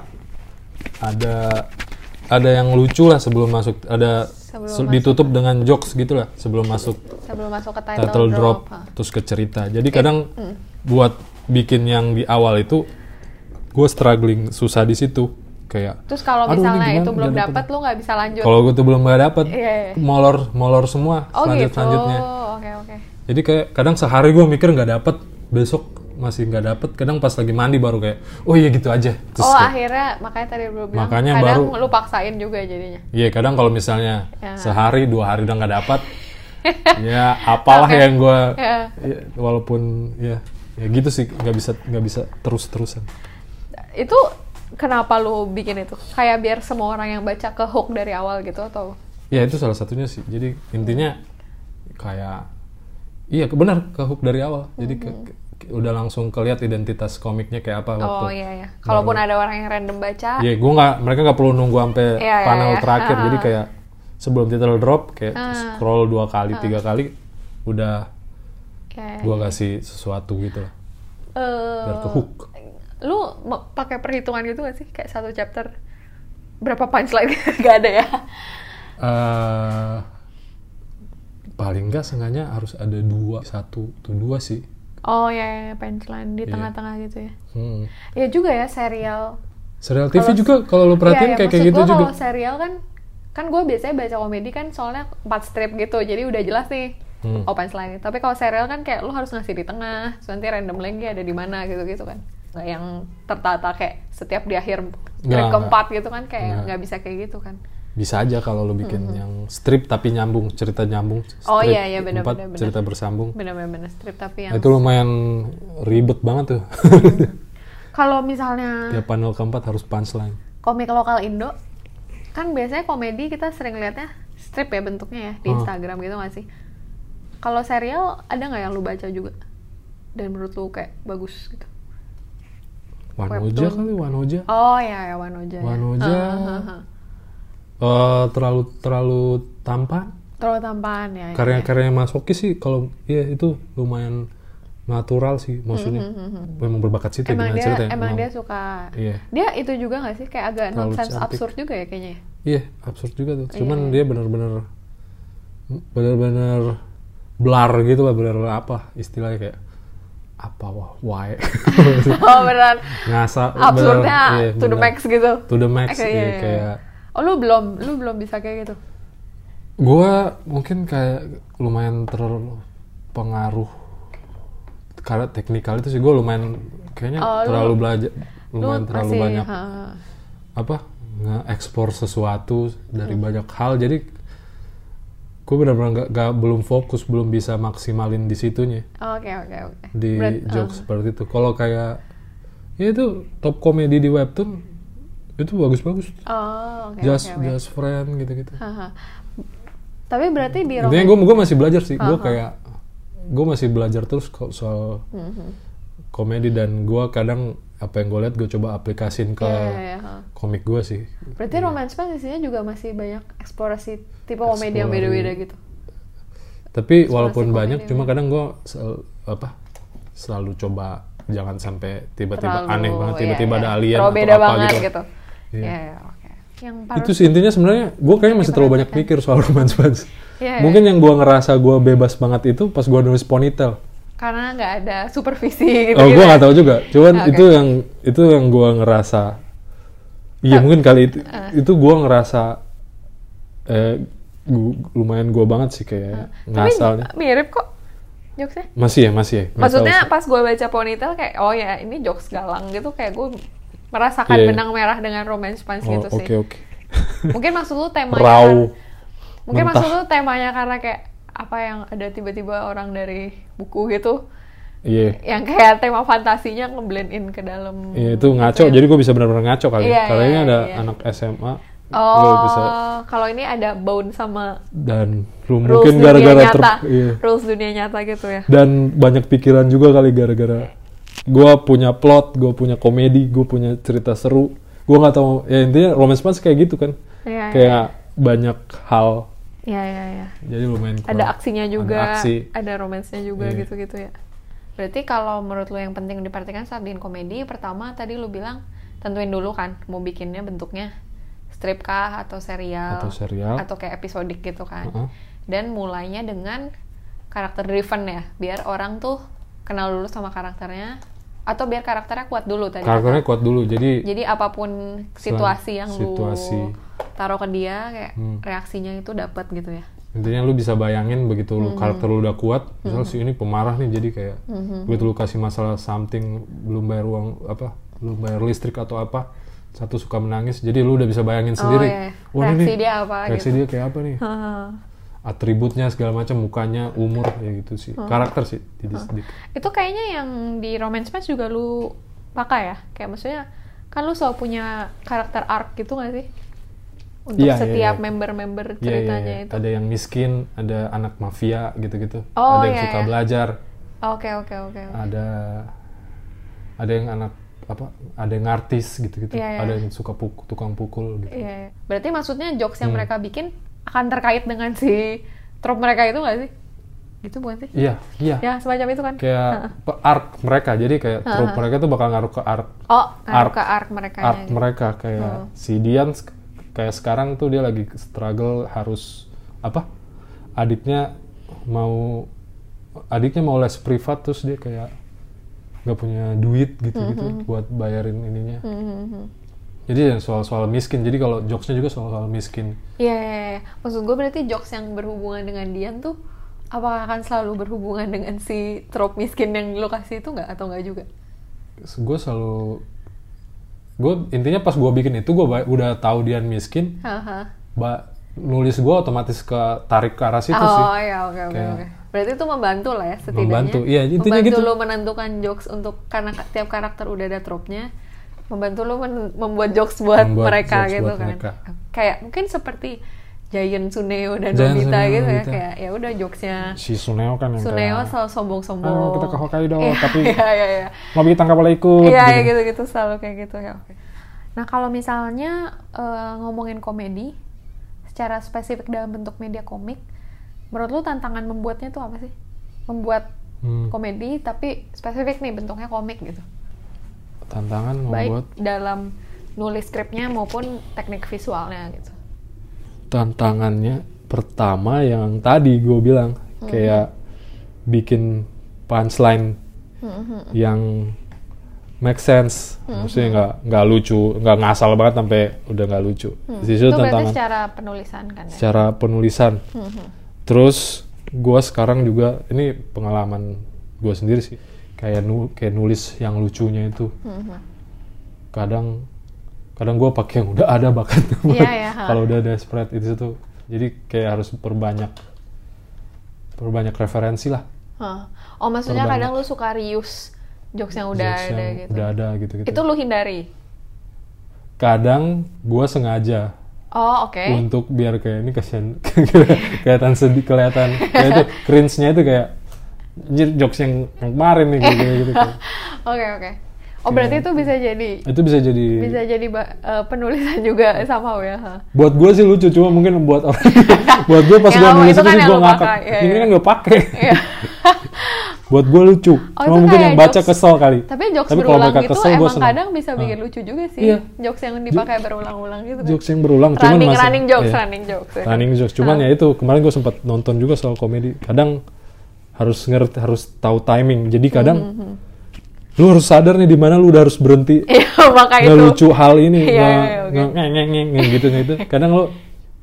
B: ada ada yang lucu lah sebelum masuk ada
C: Sebelum
B: se-
C: masuk.
B: ditutup dengan jokes gitu lah sebelum masuk
C: Sebelum masuk ke title,
B: title drop
C: drop. ah.
B: terus ke cerita. Jadi kadang buat bikin yang di awal itu gue struggling susah di situ kayak
C: Terus kalau
B: Aduh, ini
C: misalnya
B: gimana?
C: itu belum
B: Nggak
C: dapet,
B: dapet.
C: lu nggak bisa lanjut.
B: kalau gue tuh belum gak dapet
C: Iya, iya.
B: molor molor semua
C: oh
B: selanjut
C: gitu.
B: selanjutnya
C: Oke oke.
B: jadi kayak kadang sehari gue mikir nggak dapet besok masih nggak dapet kadang pas lagi mandi baru kayak oh iya gitu aja terus
C: Oh
B: kayak-
C: akhirnya makanya tadi lu bilang
B: Makanya
C: kadang
B: baru-
C: lu paksain juga jadinya.
B: iya kadang kalau misalnya
C: Ya.
B: sehari dua hari udah nggak dapet ya apalah
C: Oke.
B: yang gue
C: Ya.
B: walaupun ya ya gitu sih nggak bisa nggak bisa terus terusan
C: Itu kenapa lu bikin itu? Kayak biar semua orang yang baca ke hook dari awal gitu atau?
B: Ya itu salah satunya sih. Jadi intinya kayak iya ke- benar ke hook dari awal. Jadi ke, ke- udah langsung keliat identitas komiknya kayak apa waktu.
C: Hmm. Oh iya ya. Kalaupun ada orang yang random baca,
B: Iya, gua nggak mereka nggak perlu nunggu sampai
C: Iya, iya,
B: panel
C: iya.
B: terakhir. Jadi
C: Ah.
B: kayak sebelum title drop kayak
C: Ah. Iya,
B: scroll dua kali, tiga kali udah
C: kayak
B: gua kasih sesuatu gitu lah.
C: eh,
B: Biar ke hook.
C: lu me- pakai perhitungan gitu gak sih? Kayak satu chapter berapa punchline gak ada ya?
B: Eh, paling nggak sengaja harus ada dua satu tuh dua sih
C: Oh iya, iya, punchline di
B: Iya.
C: tengah-tengah gitu ya.
B: hmm.
C: Ya juga ya serial.
B: serial TV juga kalau lu perhatiin kayak
C: Iya, iya, maksud
B: kayak gitu
C: gua
B: juga
C: Kalau serial kan kan gue biasanya baca komedi kan soalnya 4 strip gitu jadi udah jelas nih
B: Hmm.
C: oh punchline tapi kalau serial kan kayak lu harus ngasih di tengah terus nanti random lagi ada di mana gitu gitu kan nggak yang tertata kayak setiap di akhir strip
B: Nggak,
C: keempat gitu kan kayak
B: Nggak.
C: nggak bisa kayak gitu kan
B: bisa aja kalau lo bikin yang strip tapi nyambung cerita nyambung
C: Oh,
B: strip
C: iya, iya, benar,
B: empat,
C: benar, benar. Iya.
B: cerita bersambung
C: bener-bener strip tapi
B: Nah,
C: yang
B: itu lumayan ribet banget tuh
C: kalau misalnya
B: tiap panel keempat harus punchline
C: komik lokal Indo kan biasanya komedi kita sering lihatnya strip ya bentuknya ya di
B: Hmm.
C: Instagram gitu nggak sih kalau serial ada nggak yang lu baca juga dan menurut lu kayak bagus gitu
B: Wanoja
C: Webtoon.
B: kali Wanoja
C: oh ya ya Wanoja ya.
B: Wanoja.
C: Heeh, heeh.
B: Eh, terlalu terlalu tampan
C: terlalu tampan ya ya, ya.
B: karya-karya Masuki sih kalau iya itu lumayan natural sih maksudnya memang berbakat situ
C: Mm-hmm, emang
B: dengan
C: dia
B: ceritanya
C: emang dia suka
B: Iya.
C: dia itu juga nggak sih kayak agak
B: Terlalu
C: nonsense
B: cantik.
C: absurd juga ya kayaknya ya?
B: Iya, absurd juga tuh. Cuman
C: Iya.
B: dia benar-benar benar-benar blar gitu lah, benar-benar apa istilahnya kayak apa wah, why
C: oh beneran
B: ngasa bener-
C: absurdnya
B: iya,
C: to the
B: bener.
C: max gitu
B: to the max
C: Oke,
B: iya,
C: iya, iya.
B: kayak
C: oh lu belum lu belum bisa kayak gitu
B: gua mungkin kayak lumayan terpengaruh karena teknikal itu sih gua lumayan kayaknya
C: Oh, lu-
B: terlalu belajar lumayan
C: lu
B: terlalu
C: masih,
B: banyak
C: heeh.
B: apa nge-ekspor sesuatu dari
C: Hmm.
B: banyak hal jadi gue benar-benar nggak nggak- belum fokus belum bisa maksimalin di situnya
C: Oke oke oke.
B: di
C: Berat- ah.
B: jokes seperti itu kalau kayak ya itu top komedi di webtoon itu bagus-bagus
C: uh. Oh oke
B: just
C: oke. oke.
B: just friend gitu-gitu
C: Haha. Tapi berarti di
B: intinya
C: roman-
B: gue gue masih belajar sih gue kayak gue masih belajar terus ko- soal
C: Mm-hmm.
B: komedi dan gue kadang apa yang gue lihat gue coba aplikasin ke
C: Iya, iya, iya, ha.
B: komik gue sih Iya.
C: Berarti romance pun isinya juga masih banyak eksplorasi tipe komedi yang
B: Eksplorasi.
C: beda-beda gitu.
B: tapi walaupun
C: komedi
B: banyak
C: ya.
B: cuma kadang gue apa selalu coba jangan sampai tiba-tiba
C: Terlalu-
B: aneh banget
C: iya,
B: tiba-tiba
C: iya.
B: ada alien
C: Terlalu
B: atau
C: beda
B: apa
C: banget
B: gitu,
C: gitu.
B: Iya.
C: Iya iya, oke. Yang paling
B: itu sih intinya sebenarnya gue kayaknya
C: Iya,
B: masih terlalu banyak mikir soal romance romance mungkin yang gue ngerasa gue bebas banget itu pas gue nulis ponytail
C: karena nggak ada supervisi gitu.
B: oh gue
C: gitu.
B: nggak tahu juga cuman
C: Oke.
B: itu yang itu yang gue ngerasa iya
C: Ah.
B: mungkin kali itu itu gue ngerasa eh, gu- lumayan gue banget sih kayak
C: Ah. Tapi
B: ngasalnya
C: mirip kok jokesnya.
B: masih ya masih ya Nggak tahu
C: Maksudnya
B: sih.
C: pas gue baca ponytail kayak oh ya ini jokes galang gitu kayak gue merasakan
B: Iya, iya.
C: benang merah dengan romance punch
B: Oh,
C: gitu
B: oke
C: sih.
B: oke
C: Mungkin maksud lu temanya
B: raw
C: kan- mungkin
B: mentah.
C: maksud lu temanya karena kayak apa yang ada tiba-tiba orang dari buku gitu
B: iya
C: yang kayak tema fantasinya ngeblend in ke dalam
B: Iya, itu ngaco
C: gitu ya.
B: jadi gue bisa benar-benar ngaco kali
C: Iya,
B: karena
C: iya,
B: ini ada
C: iya.
B: anak SMA gue
C: oh
B: bisa
C: kalau ini ada bound sama
B: dan lu
C: rules
B: mungkin
C: dunia
B: gara-gara ter
C: nyata
B: iya.
C: rules dunia nyata gitu ya
B: dan banyak pikiran juga kali gara-gara gue punya plot gue punya komedi gue punya cerita seru gue nggak tahu ya intinya romance romance kayak gitu kan
C: Iya, iya.
B: kayak banyak hal
C: ya ya ya
B: jadi lumayan kurang.
C: ada aksinya juga
B: ada aksi
C: ada romansnya juga
B: Iya.
C: gitu-gitu ya berarti kalau menurut lo yang penting diperhatikan saat bikin komedi pertama tadi lu bilang tentuin dulu kan mau bikinnya bentuknya strip kah atau serial
B: Atau serial.
C: atau kayak episodik gitu kan
B: Heeh.
C: dan mulainya dengan karakter driven ya biar orang tuh kenal dulu sama karakternya Atau biar karakternya kuat dulu tadi.
B: karakternya kuat dulu jadi
C: Jadi apapun situasi yang
B: situasi.
C: lu taruh ke dia kayak
B: Hmm.
C: reaksinya itu dapat gitu ya.
B: intinya lu bisa bayangin begitu lu
C: Hmm.
B: karakter lu udah kuat misal si ini pemarah nih jadi kayak begitu lu kasih masalah something belum bayar uang apa belum bayar listrik atau apa satu suka menangis jadi lu udah bisa bayangin sendiri
C: iya.
B: Wah, ini
C: Reaksi
B: nih,
C: dia apa
B: reaksi
C: gitu.
B: dia kayak apa nih atributnya segala macam mukanya umur ya gitu sih karakter sih jadi sedikit
C: Itu kayaknya yang di Romance Match juga lu pakai ya? Kayak maksudnya kan lu selalu punya karakter arc gitu gak sih? Untuk
B: Iya, iya,
C: setiap
B: iya.
C: member-member
B: Iya, iya,
C: ceritanya
B: iya.
C: itu.
B: ada yang miskin ada anak mafia gitu-gitu
C: Oh,
B: ada yang
C: iya,
B: suka
C: iya.
B: belajar
C: Oke, oke, oke. oke.
B: ada ada yang anak apa ada yang artis gitu-gitu
C: Iya, iya.
B: ada yang suka puk- tukang pukul gitu
C: Iya. iya. Berarti maksudnya jokes
B: Hmm.
C: yang mereka bikin akan terkait dengan si trope mereka itu gak sih? Gitu bukan sih?
B: iya iya
C: Ya, semacam itu kan.
B: kayak pe- arc mereka jadi kayak trope mereka tuh bakal ngaruh ke arc
C: Oh,
B: Arc.
C: ngaruh ke arc mereka.
B: arc mereka kayak
C: Oh.
B: si Dian sk- kayak sekarang tuh dia lagi struggle harus apa adiknya mau adiknya mau les privat terus dia kayak nggak punya duit gitu-gitu
C: Mm-hmm.
B: buat bayarin ininya jadi yang soal-soal miskin jadi kalau jokesnya juga soal-soal miskin
C: Iya, iya, iya. maksud gue berarti jokes yang berhubungan dengan Dian tuh apakah akan selalu berhubungan dengan si trope miskin yang lo kasih itu nggak atau nggak juga?
B: gue selalu gue intinya pas gue bikin itu gue udah tahu Dian miskin
C: Haha.
B: ba nulis gue otomatis ke tarik ke arah situ sih
C: Oh iya, oke oke
B: Kayak-
C: oke. Berarti itu membantu lah ya setidaknya.
B: Membantu, iya, intinya
C: membantu
B: gitu.
C: lo menentukan jokes untuk karena ka- tiap karakter udah ada trope-nya, membantu lo men- membuat jokes buat
B: Membuat
C: mereka
B: jokes
C: gitu
B: buat
C: kan.
B: mereka.
C: Kayak mungkin seperti Giant Suneo dan
B: Giant
C: Nobita
B: Suneo,
C: gitu ya
B: Nobita.
C: kayak ya udah jokesnya
B: si Suneo kan yang
C: Suneo
B: kayak
C: selalu sombong-sombong.
B: "Ah, kita ke Hokkaido
C: Iya,
B: tapi
C: iya iya iya.
B: mau bikin tangkap boleh ikut gitu.
C: Iya, iya gitu-gitu selalu kayak gitu ya. Oke. Nah kalau misalnya eh, ngomongin komedi secara spesifik dalam bentuk media komik, menurut lu tantangan membuatnya tuh apa sih? Membuat
B: Hmm,
C: komedi tapi spesifik nih bentuknya komik gitu.
B: tantangan
C: Baik
B: membuat
C: dalam nulis skripnya maupun teknik visualnya gitu.
B: tantangannya pertama yang tadi gue bilang
C: Hmm.
B: kayak bikin punchline
C: Hmm.
B: yang make sense maksudnya nggak nggak lucu nggak ngasal banget sampai udah nggak lucu di situ
C: Hmm. Itu berarti
B: tantangan
C: secara penulisan kan ya?
B: secara penulisan.
C: Mm-hmm.
B: Terus gua sekarang juga ini pengalaman gua sendiri sih kayak nu kayak nulis yang lucunya itu
C: Mm-hmm.
B: kadang kadang gua pakai yang udah ada bahkan
C: Iya, iya, ha.
B: kalau udah ada spread itu tuh jadi kayak harus perbanyak perbanyak referensi lah
C: Hah. Oh maksudnya
B: Terbanyak.
C: kadang lu suka reuse jokes yang udah
B: jokes
C: ada
B: yang
C: gitu.
B: udah ada gitu gitu
C: Itu lu hindari.
B: kadang gua sengaja
C: Oh oke.
B: untuk biar kayak ini kasihan kelihatan sedih kelihatan kayak itu cringe-nya itu kayak anjir jokes yang yang kemarin nih kayak gitu, gitu. Kayak,
C: Oke oke. Oh berarti itu bisa jadi
B: itu bisa jadi
C: bisa jadi ba- eh, penulisan juga sama ya. ha.
B: buat gue sih lucu cuma mungkin buat orang buat gue pas
C: Yang
B: gue
C: lama
B: nulis
C: itu
B: itu
C: kan
B: gue
C: yang lo
B: ngakak
C: pakai, iya,
B: ini
C: iya.
B: kan gak pakai
C: Iya.
B: buat gue lucu
C: Oh, itu
B: cuma mungkin yang
C: kayak
B: baca
C: jokes-
B: kesel kali
C: Tapi jokes
B: Tapi kalau
C: berulang
B: mereka
C: gitu
B: kesel, gua
C: emang
B: seneng.
C: kadang bisa bikin
B: Ah.
C: lucu juga sih.
B: Iya.
C: Jokes yang dipakai berulang-ulang gitu. kan.
B: jokes yang berulang cuman
C: running
B: masih-
C: running jokes,
B: iya.
C: running jokes. ya kan.
B: running jokes cuman ya itu kemarin gue sempat nonton juga soal komedi kadang harus ngerti harus tahu timing jadi kadang
C: Hmm,
B: lu harus sadar nih di mana lu udah harus berhenti
C: Iya, maka itu.
B: nggak lucu hal ini
C: Iya,
B: nggak
C: iya, oke.
B: nggak ngeng ngeng ngeng, ngeng gitu gitu kadang lo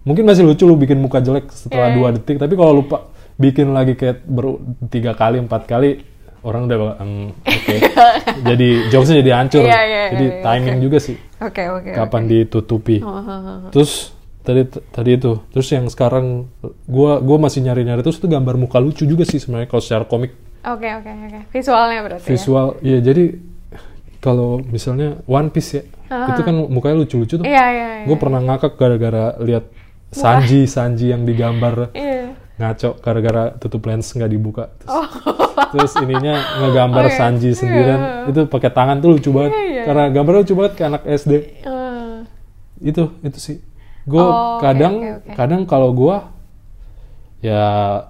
B: mungkin masih lucu lu bikin muka jelek setelah
C: Iya,
B: dua
C: iya.
B: detik tapi kalau lupa bikin lagi kayak baru tiga kali empat kali orang udah bakal, "Em, oke jadi jokesnya jadi hancur
C: Iya, iya,
B: jadi
C: iya,
B: timing
C: oke.
B: juga sih
C: Oke, oke.
B: kapan
C: oke.
B: ditutupi
C: Oh, ha, ha, ha.
B: terus tadi tadi itu terus yang sekarang gua gua masih nyari nyari terus itu gambar muka lucu juga sih sebenarnya kalau secara komik
C: Oke, oke, oke. Visualnya berarti.
B: visual ya jadi kalau misalnya One Piece ya
C: Ah.
B: itu kan mukanya lucu-lucu tuh
C: Ya? Iya, iya, iya.
B: gue pernah ngakak gara-gara lihat Sanji Sanji yang digambar
C: Iya.
B: ngaco gara-gara tutup lens nggak dibuka terus,
C: Oh.
B: terus ininya ngegambar
C: Oke.
B: Sanji sendirian itu pakai tangan tuh lucu banget
C: Oh, Iya, iya,
B: karena gambarnya lucu banget kayak anak SD
C: Eh,
B: itu itu sih gue
C: Oh, oke,
B: kadang
C: oke, oke.
B: kadang kalau gue ya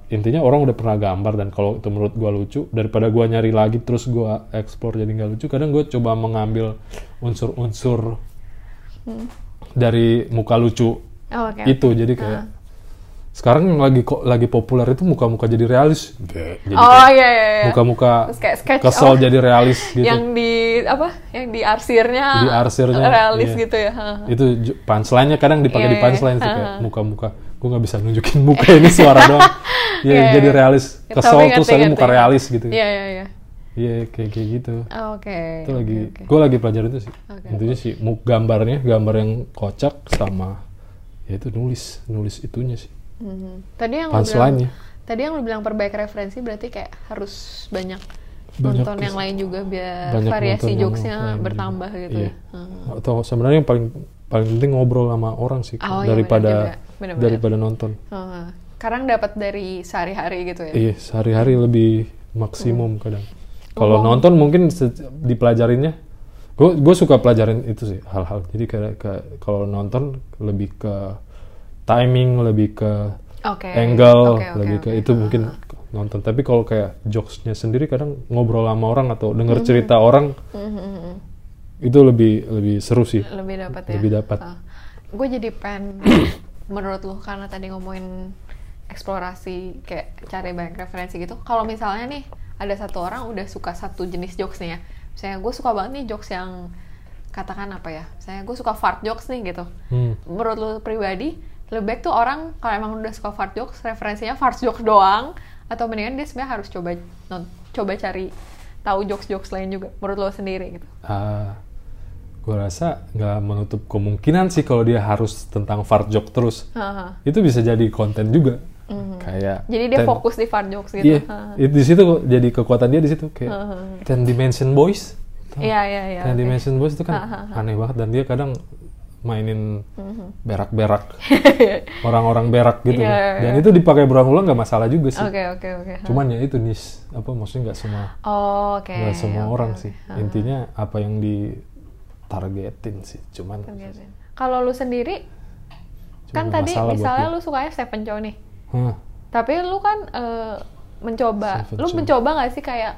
B: intinya orang udah pernah gambar dan kalau itu menurut gue lucu daripada gue nyari lagi terus gue explore jadi nggak lucu kadang gue coba mengambil unsur-unsur
C: Hmm.
B: dari muka lucu
C: oh, oke. Ah.
B: itu jadi kayak sekarang yang lagi kok lagi populer itu muka-muka jadi realis Be- jadi
C: oh
B: kayak
C: iya iya iya.
B: muka-muka
C: Terus kayak sketch
B: kesel
C: apa?
B: jadi realis gitu
C: yang di apa yang di
B: Di
C: arsirnya
B: arsirnya,
C: realis
B: iya.
C: gitu ya ha, ha.
B: itu ju- punchline-nya kadang dipakai
C: Iya,
B: di punchline
C: iya.
B: tuh kayak muka-muka gue nggak bisa nunjukin muka ini suara doang ya
C: Iya,
B: jadi
C: iya.
B: realis
C: Tapi
B: kesel
C: ngerti,
B: terus lagi
C: ngerti,
B: muka
C: ngerti.
B: realis gitu
C: iya iya iya
B: Iya kayak kayak gitu.
C: oke
B: Itu
C: oke,
B: lagi,
C: oke.
B: gue lagi pelajarin itu sih.
C: Oke.
B: Intinya sih mu- gambarnya, gambar yang kocak sama ya itu nulis, nulis itunya sih.
C: Mhm. tadi yang lu bilang
B: Punchline-nya.
C: tadi yang lu bilang perbaik referensi berarti kayak harus banyak,
B: Banyak
C: nonton yang
B: kes-
C: lain juga biar
B: banyak
C: variasi
B: nonton yang lain
C: jokesnya
B: juga.
C: bertambah gitu
B: Iya.
C: ya Hmm.
B: Atau sebenarnya yang paling paling penting ngobrol sama orang sih
C: Oh, iya, benar
B: daripada
C: juga. Benar-benar.
B: daripada nonton.
C: Hmm. sekarang dapat dari sehari-hari gitu ya
B: Iya sehari-hari lebih
C: Hmm.
B: maksimum kadang. Kalau
C: Ngomong.
B: nonton mungkin se- dipelajarinnya, gue gue suka pelajarin itu sih hal-hal. Jadi kayak kayak kalau nonton lebih ke timing, lebih ke
C: oke
B: angle
C: oke, oke,
B: lebih
C: oke. Ah,
B: ke itu mungkin nonton tapi kalau kayak jokesnya sendiri kadang ngobrol sama orang atau denger
C: Hmm.
B: cerita orang
C: Mhm, mhm.
B: itu lebih lebih seru sih
C: lebih dapat ya
B: Lebih dapat.
C: gue jadi pengen menurut lu karena tadi ngomongin eksplorasi kayak cari banyak referensi gitu kalau misalnya nih ada satu orang udah suka satu jenis jokes nih ya misalnya gue suka banget nih jokes yang katakan apa ya misalnya gue suka fart jokes nih gitu
B: Hmm.
C: menurut lu pribadi lebih baik tuh orang kalau emang udah suka fart jokes referensinya fart jokes doang atau mendingan dia sebenarnya harus coba non- coba cari tahu jokes jokes lain juga menurut lo sendiri gitu
B: Ah, gue rasa nggak menutup kemungkinan sih kalau dia harus tentang fart joke terus
C: Haha.
B: itu bisa jadi konten juga kayak
C: Mhm. Jadi dia
B: ten-
C: fokus di fun jokes gitu.
B: iya
C: Heeh.
B: itu di situ jadi kekuatan dia di situ kayak
C: Heeh.
B: ten dimension boys Tau
C: Iya, iya, iya.
B: Ten
C: oke.
B: Dimension Boys itu kan
C: Ha, ha, Mhm.
B: aneh banget dan dia kadang mainin berak-berak orang-orang berak gitu
C: Iya, iya,
B: dan
C: iya.
B: itu dipakai berulang-ulang nggak masalah juga sih
C: Oke, oke, oke.
B: cuman ya itu niche apa maksudnya nggak semua
C: Oh, oke.
B: nggak semua
C: oke,
B: orang
C: oke.
B: sih intinya apa yang ditargetin sih cuman
C: Targetin. Kalau lu sendiri
B: cuman
C: kan
B: nggak
C: tadi
B: masalah buat
C: misalnya
B: dia.
C: lu sukanya Stephen Chow nih.
B: Hah,
C: Tapi lu kan eh, mencoba,
B: Stephen
C: lu
B: Chow.
C: mencoba nggak sih kayak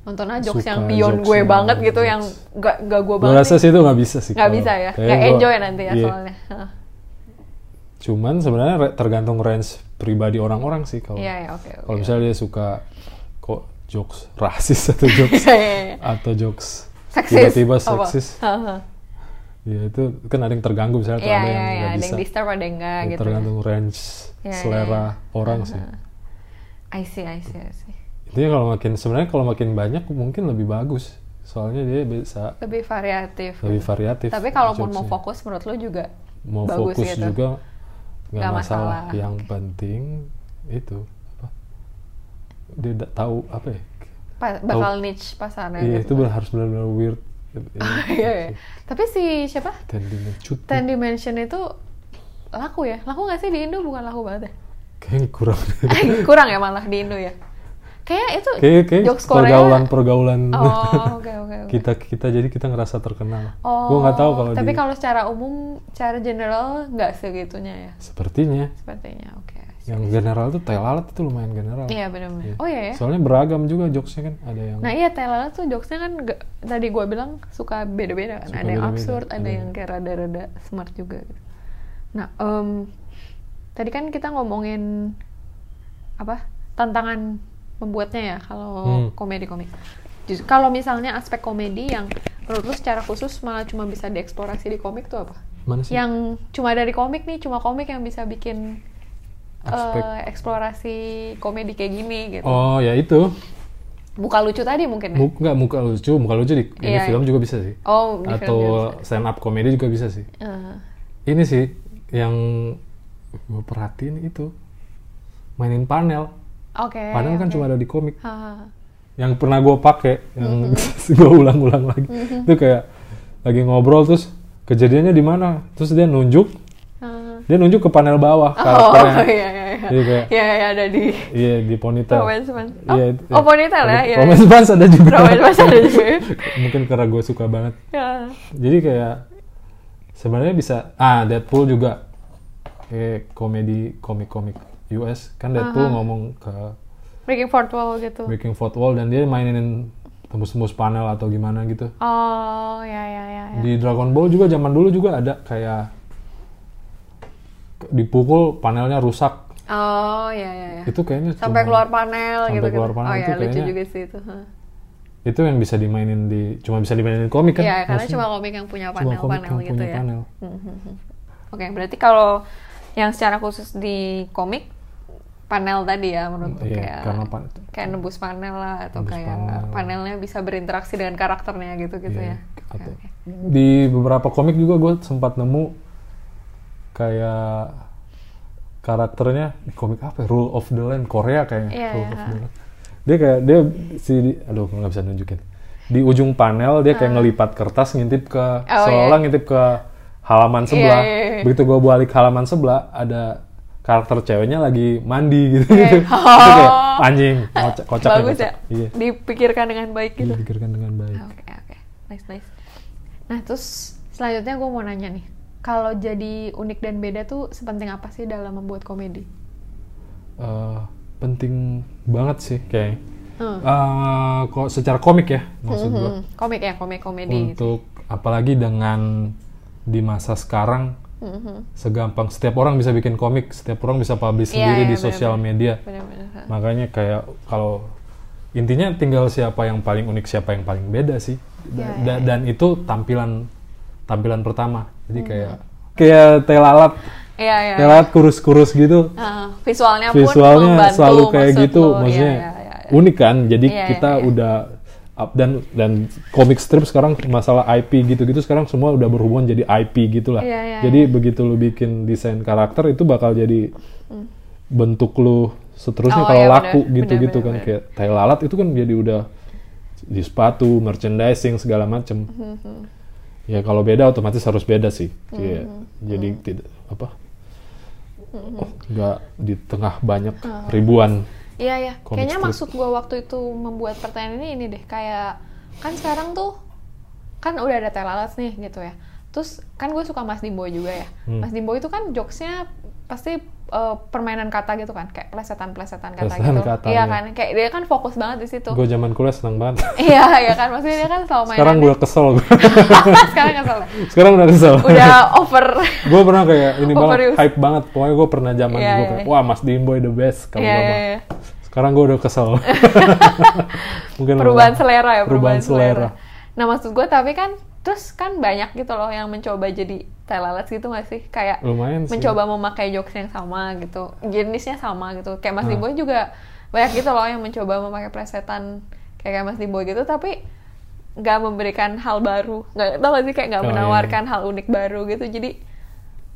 C: nonton aja jokes
B: Suka
C: yang beyond
B: jokes
C: gue
B: yang
C: banget
B: beyond
C: gitu
B: jokes.
C: yang gak, gak gue
B: gua
C: banget.
B: rasa sih itu nggak bisa sih
C: Gak
B: kalau-
C: bisa ya,
B: kayak
C: gak
B: gua-
C: enjoy nanti ya
B: iya.
C: soalnya. Heeh.
B: cuman sebenarnya re- tergantung range pribadi orang-orang sih kalau
C: Iya, iya, oke. oke.
B: kalau misalnya dia suka kok jokes rasis atau jokes
C: Iya, iya, iya.
B: atau jokes
C: Seksis.
B: tiba-tiba
C: apa?
B: seksis
C: Heeh.
B: ya itu kan ada yang terganggu misalnya atau
C: Iya,
B: ada
C: iya,
B: yang
C: iya.
B: nggak
C: Ada
B: bisa
C: yang disturb, ada yang enggak
B: Ya,
C: gitu.
B: tergantung range
C: Iya, iya,
B: selera orang sih
C: I see, I see, I see.
B: intinya kalau makin sebenarnya kalau makin banyak mungkin lebih bagus soalnya dia bisa
C: lebih variatif. gitu.
B: lebih variatif
C: Tapi kalaupun mau
B: jokesnya.
C: fokus, menurut lu juga
B: mau
C: bagus
B: fokus
C: gitu.
B: juga nggak
C: Nggak
B: masalah.
C: masalah.
B: yang
C: Oke.
B: penting itu apa dia nggak tahu apa ya
C: Nah, pa- bakal niche pasarnya.
B: iya itu
C: gitu.
B: benar- harus benar-benar weird
C: Iya, iya. Tapi si siapa?
B: Tendinya cuti.
C: Ten Dimension itu laku ya? Laku nggak sih di Indo? Bukan laku banget ya?
B: Kayaknya kurang.
C: Kurang ya malah di Indo ya? Kayaknya itu
B: Kayak kayak
C: jokes Korea.
B: pergaulan-pergaulan
C: Oh, oke, oke, oke.
B: kita kita jadi kita ngerasa terkenal.
C: Oh,
B: Gua nggak tahu kalau
C: tapi
B: di-
C: kalau secara umum, secara general nggak segitunya ya?
B: sepertinya
C: Sepertinya, oke. I see.
B: yang general tuh telalat itu lumayan general.
C: Iya, benar-benar.
B: Ya. Iya.
C: Oh iya ya?
B: Soalnya beragam juga jokesnya kan ada yang
C: Nah iya Taylor tuh jokesnya kan nggak- tadi gue bilang suka beda-beda kan.
B: Suka
C: ada yang
B: beda-beda, Iya.
C: absurd, ada
B: ada
C: yang kayak rada-rada smart juga. Gitu. Nah em, tadi kan kita ngomongin apa tantangan membuatnya ya kalau
B: Hmm.
C: komedi komik. Just- Kalau misalnya aspek komedi yang menurut lu secara khusus malah cuma bisa dieksplorasi di komik tuh apa?
B: mana sih
C: Yang cuma dari komik nih, cuma komik yang bisa bikin
B: aspek.
C: eh, eksplorasi komedi kayak gini gitu.
B: oh ya itu
C: Muka lucu tadi mungkin ya?
B: Mu- nggak muka lucu, muka lucu di ini
C: Iya,
B: film juga bisa sih.
C: Oh, di
B: Atau
C: filmnya.
B: stand up comedy juga bisa sih.
C: Eh,
B: Ini sih yang gue perhatiin itu mainin panel.
C: Oke.
B: Panel kan
C: Eh, oke.
B: cuma ada di komik.
C: Ha, ha, ha.
B: yang pernah gue pakai yang
C: Mm-hmm.
B: gue ulang-ulang lagi itu kayak lagi ngobrol terus kejadiannya di mana terus dia nunjuk
C: Ha, ha.
B: dia nunjuk ke panel bawah
C: Oh
B: karakternya
C: iya iya iya.
B: Jadi kayak-
C: Iya iya ada di
B: iya di ponytail
C: Romance Bans. Oh,
B: Iya, itu-
C: oh, ponytail ya. Iya.
B: romance Bans ada juga
C: Romance Bans ada juga.
B: mungkin karena gue suka banget
C: Ya.
B: jadi kayak sebenarnya bisa ah Deadpool juga kayak komedi komik-komik US kan Deadpool ngomong ke
C: Breaking fourth wall gitu.
B: Breaking Fourth Wall dan dia mainin tembus-tembus panel atau gimana gitu
C: Oh ya ya ya. ya.
B: Di Dragon Ball juga zaman dulu juga ada kayak dipukul panelnya rusak.
C: Oh iya iya. iya.
B: Itu kayaknya
C: Sampai
B: cuma-
C: keluar panel
B: sampai
C: gitu.
B: keluar panel
C: oh
B: itu
C: iya lucu
B: kayaknya-
C: juga sih itu. Hah.
B: itu yang bisa dimainin di cuma bisa dimainin komik kan?
C: Iya karena
B: Maksudnya
C: cuma komik yang punya
B: cuma komik
C: panel-panel
B: yang
C: gitu
B: punya
C: ya.
B: panel.
C: Oke berarti kalau yang secara khusus di komik panel tadi ya menurut lu
B: Iya,
C: kayak
B: karena pan-
C: kayak nembus panel lah atau
B: Nembus
C: kayak
B: panel.
C: panelnya bisa berinteraksi dengan karakternya gitu gitu
B: Iya,
C: ya.
B: atau-
C: Oke, oke.
B: Di beberapa komik juga gue sempat nemu kayak karakternya di komik apa? ya? Rule of the Land Korea kayaknya.
C: Iya,
B: Rule
C: iya.
B: of the Land. Dia kayak dia si aduh gua nggak bisa nunjukin. Di ujung panel dia kayak ngelipat kertas ngintip ke
C: Ah. iya.
B: seolah ngintip ke halaman sebelah.
C: iya, iya.
B: Begitu gue balik halaman sebelah ada karakter ceweknya lagi mandi gitu.
C: Iya.
B: Itu kayak anjing kocak kocak
C: Bagus
B: kocak.
C: ya.
B: Iya.
C: Dipikirkan dengan baik gitu.
B: Dipikirkan dengan baik.
C: Ah, Oke, oke. Nice, nice. Nah, terus selanjutnya gue mau nanya nih. Kalau jadi unik dan beda tuh sepenting apa sih dalam membuat komedi?
B: eh, penting banget sih kayaknya.
C: Hmm.
B: Eh, kok secara komik ya maksud gua.
C: Hmm, komik ya, komik-komedi gitu.
B: Untuk apalagi dengan di masa sekarang
C: Mhm.
B: segampang setiap orang bisa bikin komik, setiap orang bisa publish
C: Iya,
B: sendiri
C: iya,
B: di sosial media.
C: Bener-bener.
B: Makanya kayak kalau intinya tinggal siapa yang paling unik, siapa yang paling beda sih. Da-
C: Iya,
B: da- Dan itu tampilan tampilan pertama. Jadi kayak kayak telalat,
C: Iya, Hmm, iya.
B: telalat kurus-kurus gitu.
C: Ah, visualnya pun
B: Ya. visualnya
C: membantu
B: selalu kayak
C: maksud
B: gitu
C: lu.
B: maksudnya
C: Iya, iya, iya.
B: unik kan jadi
C: Iya, iya,
B: kita
C: iya.
B: udah up dan dan komik strip sekarang masalah IP gitu-gitu sekarang semua udah berhubungan jadi IP gitulah
C: Iya, iya,
B: jadi begitu lu bikin desain karakter itu bakal jadi
C: Hmm.
B: bentuk lu seterusnya
C: Oh,
B: kalau
C: iya,
B: laku
C: bener,
B: gitu-gitu
C: bener,
B: kan
C: bener,
B: kayak tai lalat itu kan jadi udah di sepatu merchandising segala macem
C: Mm-hmm.
B: ya kalau beda otomatis harus beda sih Iya.
C: Mm-hmm.
B: jadi tidak apa Oh, nggak di tengah banyak
C: Ah,
B: ribuan
C: Iya ya,
B: Comic
C: kayaknya
B: strip.
C: maksud gua waktu itu membuat pertanyaan ini ini deh kayak kan sekarang tuh kan udah ada telalas nih gitu ya. Terus kan gue suka Mas Dimbo juga ya.
B: Hmm.
C: Mas Dimbo itu kan jokesnya pasti eh, permainan kata gitu kan, kayak plesetan-plesetan kata
B: Plesetan
C: gitu.
B: kata, ya.
C: iya kan, kayak dia kan fokus banget di situ.
B: gue zaman kuliah senang banget
C: Iya, iya kan, maksudnya dia kan selalu mainan.
B: sekarang gue kesel gua.
C: sekarang kesel. ya?
B: sekarang udah kesel
C: Udah over.
B: gue pernah kayak ini banget
C: Overuse.
B: hype banget pokoknya gue pernah zaman
C: Iya,
B: gue
C: iya,
B: kayak
C: iya.
B: wah mas Dimboy the best kalau
C: Iya,
B: gua
C: iya,
B: mah."
C: iya.
B: sekarang gue udah kesel mungkin
C: perubahan
B: orang-
C: selera ya
B: perubahan selera,
C: nah maksud gue tapi kan terus kan banyak gitu loh yang mencoba jadi telalat gitu gak sih kayak
B: lumayan sih
C: mencoba memakai jokes yang sama gitu jenisnya sama gitu kayak Mas
B: Ah.
C: Dimboy juga banyak gitu loh yang mencoba memakai presetan kayak kayak Mas Dimboy gitu tapi nggak memberikan hal baru nggak tau gak sih kayak nggak
B: Oh, iya,
C: menawarkan hal unik baru gitu jadi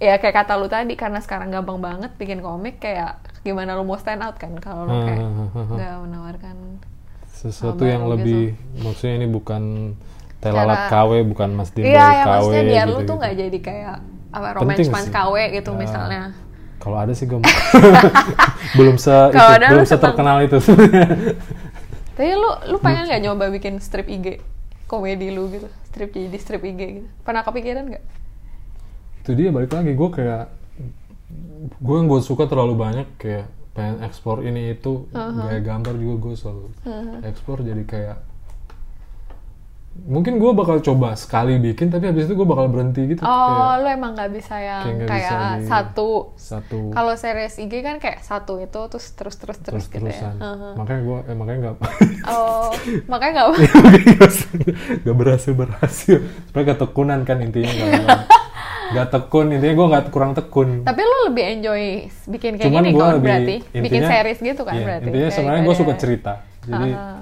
C: ya kayak kata lu tadi karena sekarang gampang banget bikin komik kayak gimana lu mau stand out kan kalau lu
B: Ah,
C: kayak
B: ah, ah, ah.
C: nggak menawarkan
B: sesuatu
C: Sama
B: yang
C: gitu.
B: lebih maksudnya ini bukan telalat
C: Cara-
B: KW bukan Mas Dimboy
C: Iya, ya
B: KW
C: maksudnya biar lu
B: gitu-gitu.
C: tuh nggak jadi kayak
B: gitu
C: apa
B: Penting
C: romanceman
B: sih.
C: KW gitu
B: Ya.
C: misalnya.
B: kalau ada sih gue belum se itu,
C: Kalau ada lu
B: belum
C: seneng.
B: seterkenal itu
C: Tapi lu lu pengen nggak nyoba bikin strip IG komedi lu gitu, strip jadi strip IG gitu. Pernah kepikiran nggak?
B: itu dia balik lagi gue kayak gue yang gue suka terlalu banyak kayak pengen ekspor ini itu
C: Uh-huh.
B: gaya gambar juga gue selalu ekspor jadi kayak mungkin gue bakal coba sekali bikin tapi habis itu gue bakal berhenti gitu
C: Oh,
B: kayak
C: lu emang nggak bisa
B: kayak
C: yang kayak,
B: nggak bisa di-
C: satu.
B: satu
C: Kalau series IG kan kayak satu itu terus terus terus
B: terus
C: terus, gitu
B: terusan
C: ya. Heeh.
B: makanya gue eh, makanya nggak
C: Oh, makanya nggak
B: nggak berhasil berhasil sebenarnya gak tekunan kan intinya nggak nggak tekun intinya gue nggak kurang tekun
C: Tapi lu lebih enjoy bikin kayak
B: cuman
C: gini
B: gue
C: kan
B: lebih
C: berarti, bikin
B: intinya-
C: series gitu kan
B: iya,
C: berarti. ya.
B: intinya sebenarnya gue suka
C: Daripada-
B: cerita jadi
C: Aha.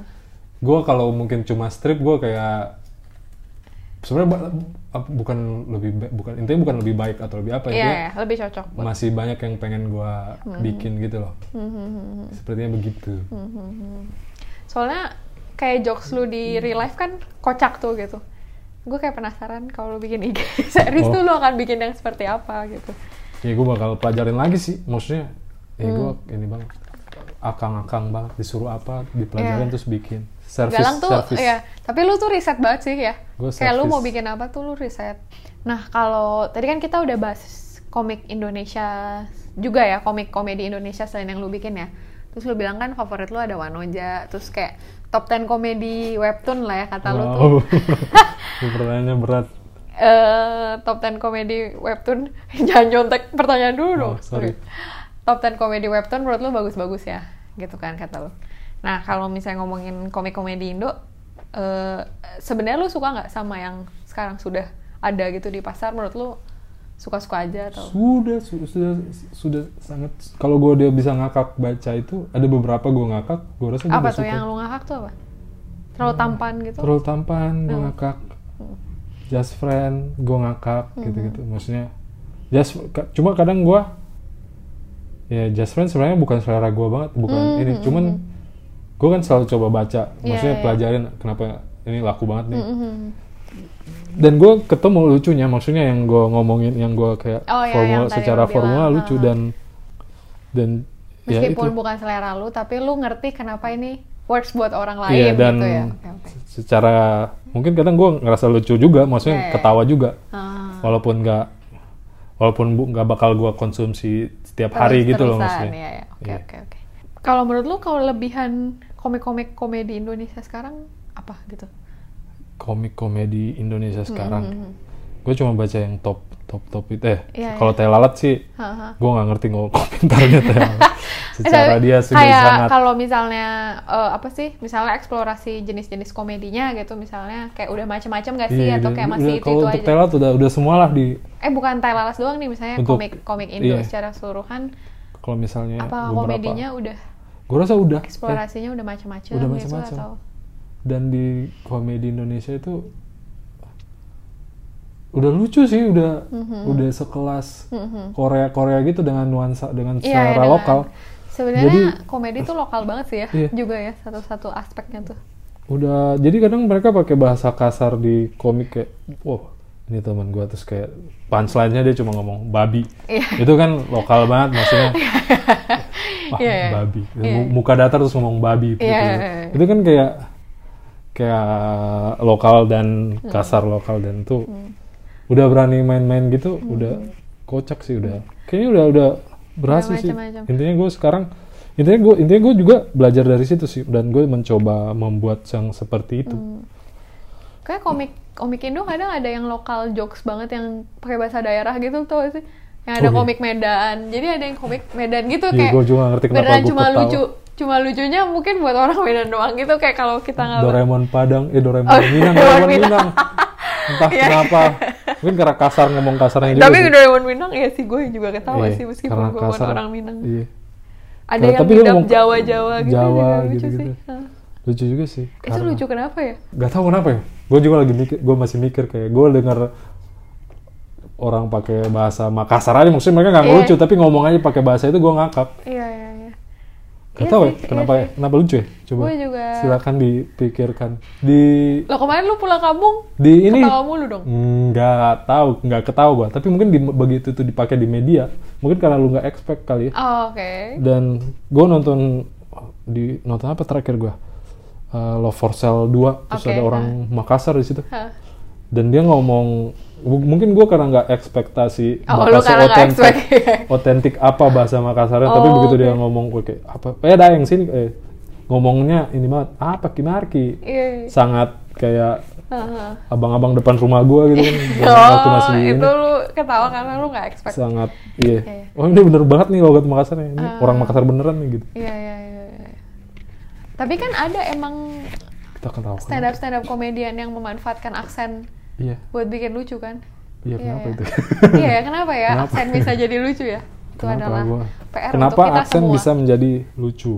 B: gue kalau mungkin cuma strip gue kayak sebenarnya ba- ap- bukan lebih ba- bukan intinya bukan lebih baik atau lebih apa ya
C: Iya,
B: dia
C: iya, Hmm. lebih cocok. buat-
B: masih banyak yang pengen gue bikin gitu loh
C: Hmm,
B: sepertinya begitu
C: Soalnya kayak jokes lu di real life kan kocak tuh gitu. Gue kayak penasaran kalau lu bikin IG series
B: Oh.
C: tuh lu akan bikin yang seperti apa gitu.
B: ya gue bakal pelajarin lagi sih maksudnya ya gue
C: Hmm.
B: ini bang akang-akang banget disuruh apa dipelajarin
C: Iya.
B: terus bikin service
C: Galang tuh
B: service
C: ya, tapi lu tuh riset banget sih ya.
B: Gua
C: kayak
B: service.
C: lu mau bikin apa tuh lu riset. Nah, kalau tadi kan kita udah bahas komik Indonesia juga ya, komik komedi Indonesia selain yang lu bikin ya. Terus lu bilang kan favorit lu ada Wanoja, terus kayak top 10 komedi webtoon lah ya kata lu tuh.
B: Wow. Ini pertanyaannya berat
C: eh top 10 komedi webtoon jangan nyontek pertanyaan dulu
B: Oh,
C: dong
B: sorry.
C: top 10 komedi webtoon menurut lu bagus-bagus ya gitu kan kata lu nah kalau misalnya ngomongin komik-komedi Indo eh, sebenarnya lu suka nggak sama yang sekarang sudah ada gitu di pasar menurut lu suka-suka aja atau
B: Sudah, su- sudah, sudah sangat. Kalau gue udah bisa ngakak baca itu, ada beberapa gue ngakak, gue rasa gue
C: apa
B: udah
C: tuh
B: suka. Hmm.
C: yang lu ngakak tuh apa terlalu tampan gitu
B: Terlalu tampan, gue
C: Hmm. Hmm.
B: ngakak. Just friend, gue ngakak, gitu-gitu. Maksudnya, just ka- cuma kadang gue, ya just friend sebenarnya bukan selera gue banget, bukan
C: Hmm,
B: ini.
C: hmm,
B: Cuman gue kan selalu coba baca, maksudnya
C: iya.
B: pelajarin kenapa ini laku banget nih.
C: Mhm.
B: dan gue ketemu lucunya maksudnya yang gue ngomongin yang gue kayak
C: Oh, ya,
B: formula
C: yang tadi
B: secara
C: lu bilang.
B: formula lucu
C: Ha-ha.
B: dan dan
C: meskipun
B: ya itu
C: bukan selera lu tapi lu ngerti kenapa ini works buat orang lain
B: Iya, dan-
C: gitu ya Oke, oke.
B: secara mungkin kadang gue ngerasa lucu juga maksudnya
C: Ya, ya,
B: ketawa juga
C: Ah,
B: walaupun nggak walaupun bu- nggak bakal gue konsumsi setiap hari gitu loh
C: terus-terusan.
B: maksudnya
C: Iya, iya. oke
B: Iya.
C: oke oke kalau menurut lu kalau lebihan komik-komik komedi Indonesia sekarang apa gitu
B: komik komedi Indonesia sekarang
C: Mhm, mhm.
B: gue cuma baca yang top top top itu eh
C: Iya,
B: kalau teh lalat sih
C: Haha.
B: gue nggak ngerti ngomong komentarnya teh lalat secara
C: Tapi
B: dia sudah
C: Eh, kayak
B: sangat
C: kalau misalnya eh, apa sih misalnya eksplorasi jenis-jenis komedinya gitu misalnya kayak udah macam-macam gak sih
B: Iya,
C: atau
B: udah-
C: kayak
B: udah-
C: masih itu,
B: kalau
C: itu
B: untuk
C: aja
B: teh lalat udah udah semualah di
C: eh bukan Thai Lalas doang nih misalnya
B: Untuk-
C: komik komik Indo
B: iya.
C: secara keseluruhan
B: kalau misalnya
C: apa komedinya
B: beberapa
C: udah
B: gue rasa udah Eh,
C: eksplorasinya udah macam-macam
B: udah
C: gitu
B: macam-macam.
C: atau
B: dan di komedi Indonesia itu udah lucu sih udah udah sekelas
C: Mhm.
B: Korea Korea gitu dengan nuansa dengan
C: Iya, ya,
B: secara
C: dengan-
B: lokal
C: sebenarnya
B: Jadi-
C: komedi tuh lokal banget sih ya
B: Iya.
C: juga ya satu-satu aspeknya tuh
B: udah jadi kadang mereka pakai bahasa kasar di komik kayak wow ini teman gua terus kayak punchline-nya dia cuma ngomong babi
C: Iya.
B: itu kan lokal banget maksudnya wah
C: Iya, iya.
B: babi
C: Iya.
B: Mu- muka datar terus ngomong babi gitu.
C: Iya, iya, iya.
B: itu kan kayak kayak lokal dan
C: Mhm.
B: kasar lokal dan tuh udah berani main-main gitu udah
C: Hmm.
B: kocak sih udah kayaknya udah udah berhasil sih
C: macam-macam.
B: intinya gue sekarang intinya gue intinya gue juga belajar dari situ sih dan gue mencoba membuat yang seperti itu
C: Hmm. kayak komik komik Indo kadang ada yang lokal jokes banget yang pakai bahasa daerah gitu tuh sih yang ada
B: Oh, iya.
C: komik Medan jadi ada yang komik Medan gitu
B: Iya,
C: kayak
B: gua juga nggak ngerti kenapa
C: beneran
B: gua
C: cuma
B: ketawa.
C: lucu cuma lucunya mungkin buat orang Medan doang gitu kayak kalau kita nggak
B: Doraemon Padang eh Doraemon
C: Oh,
B: Minang
C: Doraemon
B: Doraemon
C: Minang.
B: Minang entah
C: Iya.
B: kenapa mungkin karena kasar ngomong kasarnya juga
C: tapi
B: sih.
C: Doraemon Minang ya sih gue juga ketawa
B: Iya,
C: sih
B: karena
C: meskipun gue bukan
B: kasar.
C: orang Minang
B: Iya.
C: ada
B: Karena-
C: yang
B: tapi dia
C: ngidap
B: ngomong-
C: Jawa-Jawa gitu
B: Jawa
C: juga lucu
B: gitu-gitu.
C: sih Hah.
B: lucu juga sih
C: itu lucu kenapa ya
B: gak tau kenapa ya gue juga lagi mikir gue masih mikir kayak gue denger orang pakai bahasa Makassar aja maksudnya mereka nggak
C: Iya.
B: ngelucu tapi ngomong aja pakai bahasa itu gue ngakak
C: iya iya iya
B: gak
C: Iya
B: tau ya
C: sih, iya
B: kenapa ya
C: sih.
B: kenapa lucu ya coba
C: Gua juga.
B: silakan dipikirkan di
C: lo kemarin lu pulang kampung
B: di ini
C: ketawa mulu dong
B: nggak tahu nggak ketawa gue tapi mungkin di, begitu itu dipakai di media mungkin karena lu nggak expect kali ya.
C: Oh, oke
B: dan gue nonton di nonton apa terakhir gue Eh, Love for Sale 2 terus
C: Oke, nah.
B: ada orang Makassar di situ
C: Hah.
B: dan dia ngomong mu- mungkin gue karena nggak ekspektasi
C: Oh,
B: bakal
C: lu karena nggak
B: seotentik-
C: expect.
B: otentik apa bahasa Makassarnya tapi
C: Oh,
B: begitu dia
C: oke.
B: ngomong gue kayak apa eh dah yang sini eh, ngomongnya ini banget apa kimarki
C: iya iya.
B: sangat kayak
C: Hah.
B: abang-abang depan rumah gue gitu kan Bahasa waktu
C: Oh,
B: masih
C: itu
B: ini
C: lu ketawa karena lu nggak expect.
B: sangat iya
C: Iya, iya.
B: oh ini bener banget nih logat Makassarnya ini
C: Ah.
B: orang Makassar beneran nih gitu
C: Iya, iya, iya. iya. Tapi kan ada emang
B: kita ketawa
C: stand up stand up komedian yang memanfaatkan aksen
B: iya
C: buat bikin lucu kan?
B: iya
C: Iya,
B: kenapa
C: iya.
B: itu
C: iya, ya, kenapa ya
B: Kenapa?
C: aksen bisa jadi lucu ya? Itu
B: Kenapa
C: adalah
B: gua-
C: PR
B: kenapa
C: untuk kita
B: aksen
C: semua.
B: bisa menjadi lucu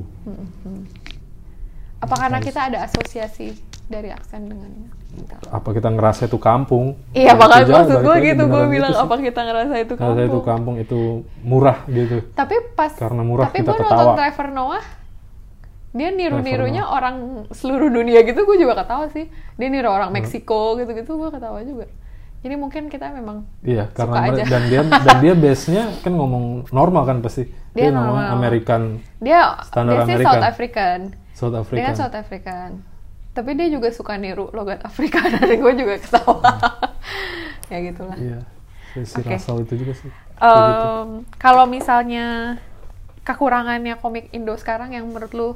C: Apa karena kita ada asosiasi dari aksen dengan kita?
B: apa kita ngerasa itu kampung
C: Iya,
B: Itu
C: makanya
B: jahat,
C: maksud gue
B: balik lagi
C: gitu, gue
B: beneran
C: bilang
B: sih.
C: apa kita ngerasa itu
B: ngerasa itu
C: kampung.
B: kampung itu murah gitu
C: Tapi pas
B: Karena murah,
C: tapi
B: kita
C: gua
B: ketawa.
C: nonton Trevor Noah, dia niru-nirunya orang seluruh dunia gitu, gue juga ketawa sih. Dia niru orang
B: Hmm.
C: Meksiko gitu-gitu, gue ketawa juga. Jadi mungkin kita memang
B: iya karena
C: Suka
B: mere-
C: aja.
B: dan dia dan dia base nya kan ngomong normal kan pasti dia,
C: Dia
B: ngomong
C: normal.
B: American
C: dia
B: Standar
C: dia sih
B: Amerika.
C: South African.
B: South
C: Dia
B: African
C: kan South African. Tapi dia juga suka niru logat Afrika dan gue juga ketawa. ya gitulah.
B: iya si
C: Oke. Eh,
B: Russell itu juga sih Kayak gitu.
C: Em, kalau misalnya kekurangannya komik Indo sekarang yang menurut lu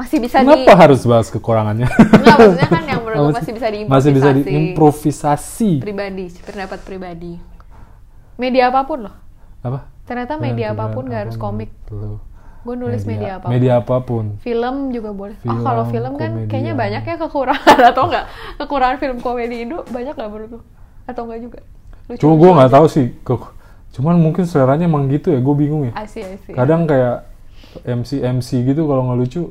C: masih bisa di
B: Kenapa harus bahas kekurangannya?
C: Enggak, maksudnya kan yang menurut lu masih bisa diimprovisasi.
B: Masih bisa diimprovisasi.
C: pribadi, pendapat pribadi. Media apapun loh.
B: Apa?
C: Ternyata media
B: Bulan-bulan
C: apapun nggak harus
B: apa
C: komik.
B: menurut lu?
C: Gue nulis media, apapun.
B: Ya, Media apapun.
C: Film juga boleh. oh,
B: Film,
C: kalau film kan
B: komedian.
C: kayaknya banyak ya kekurangan atau nggak? Kekurangan film komedi Indo banyak nggak menurut lu? Atau nggak juga? Lucu.
B: Cuma gue nggak tahu sih. kok- Cuman mungkin seleranya emang gitu ya. Gue bingung ya.
C: Asih, asih.
B: Kadang kayak MC MC gitu kalau nggak lucu.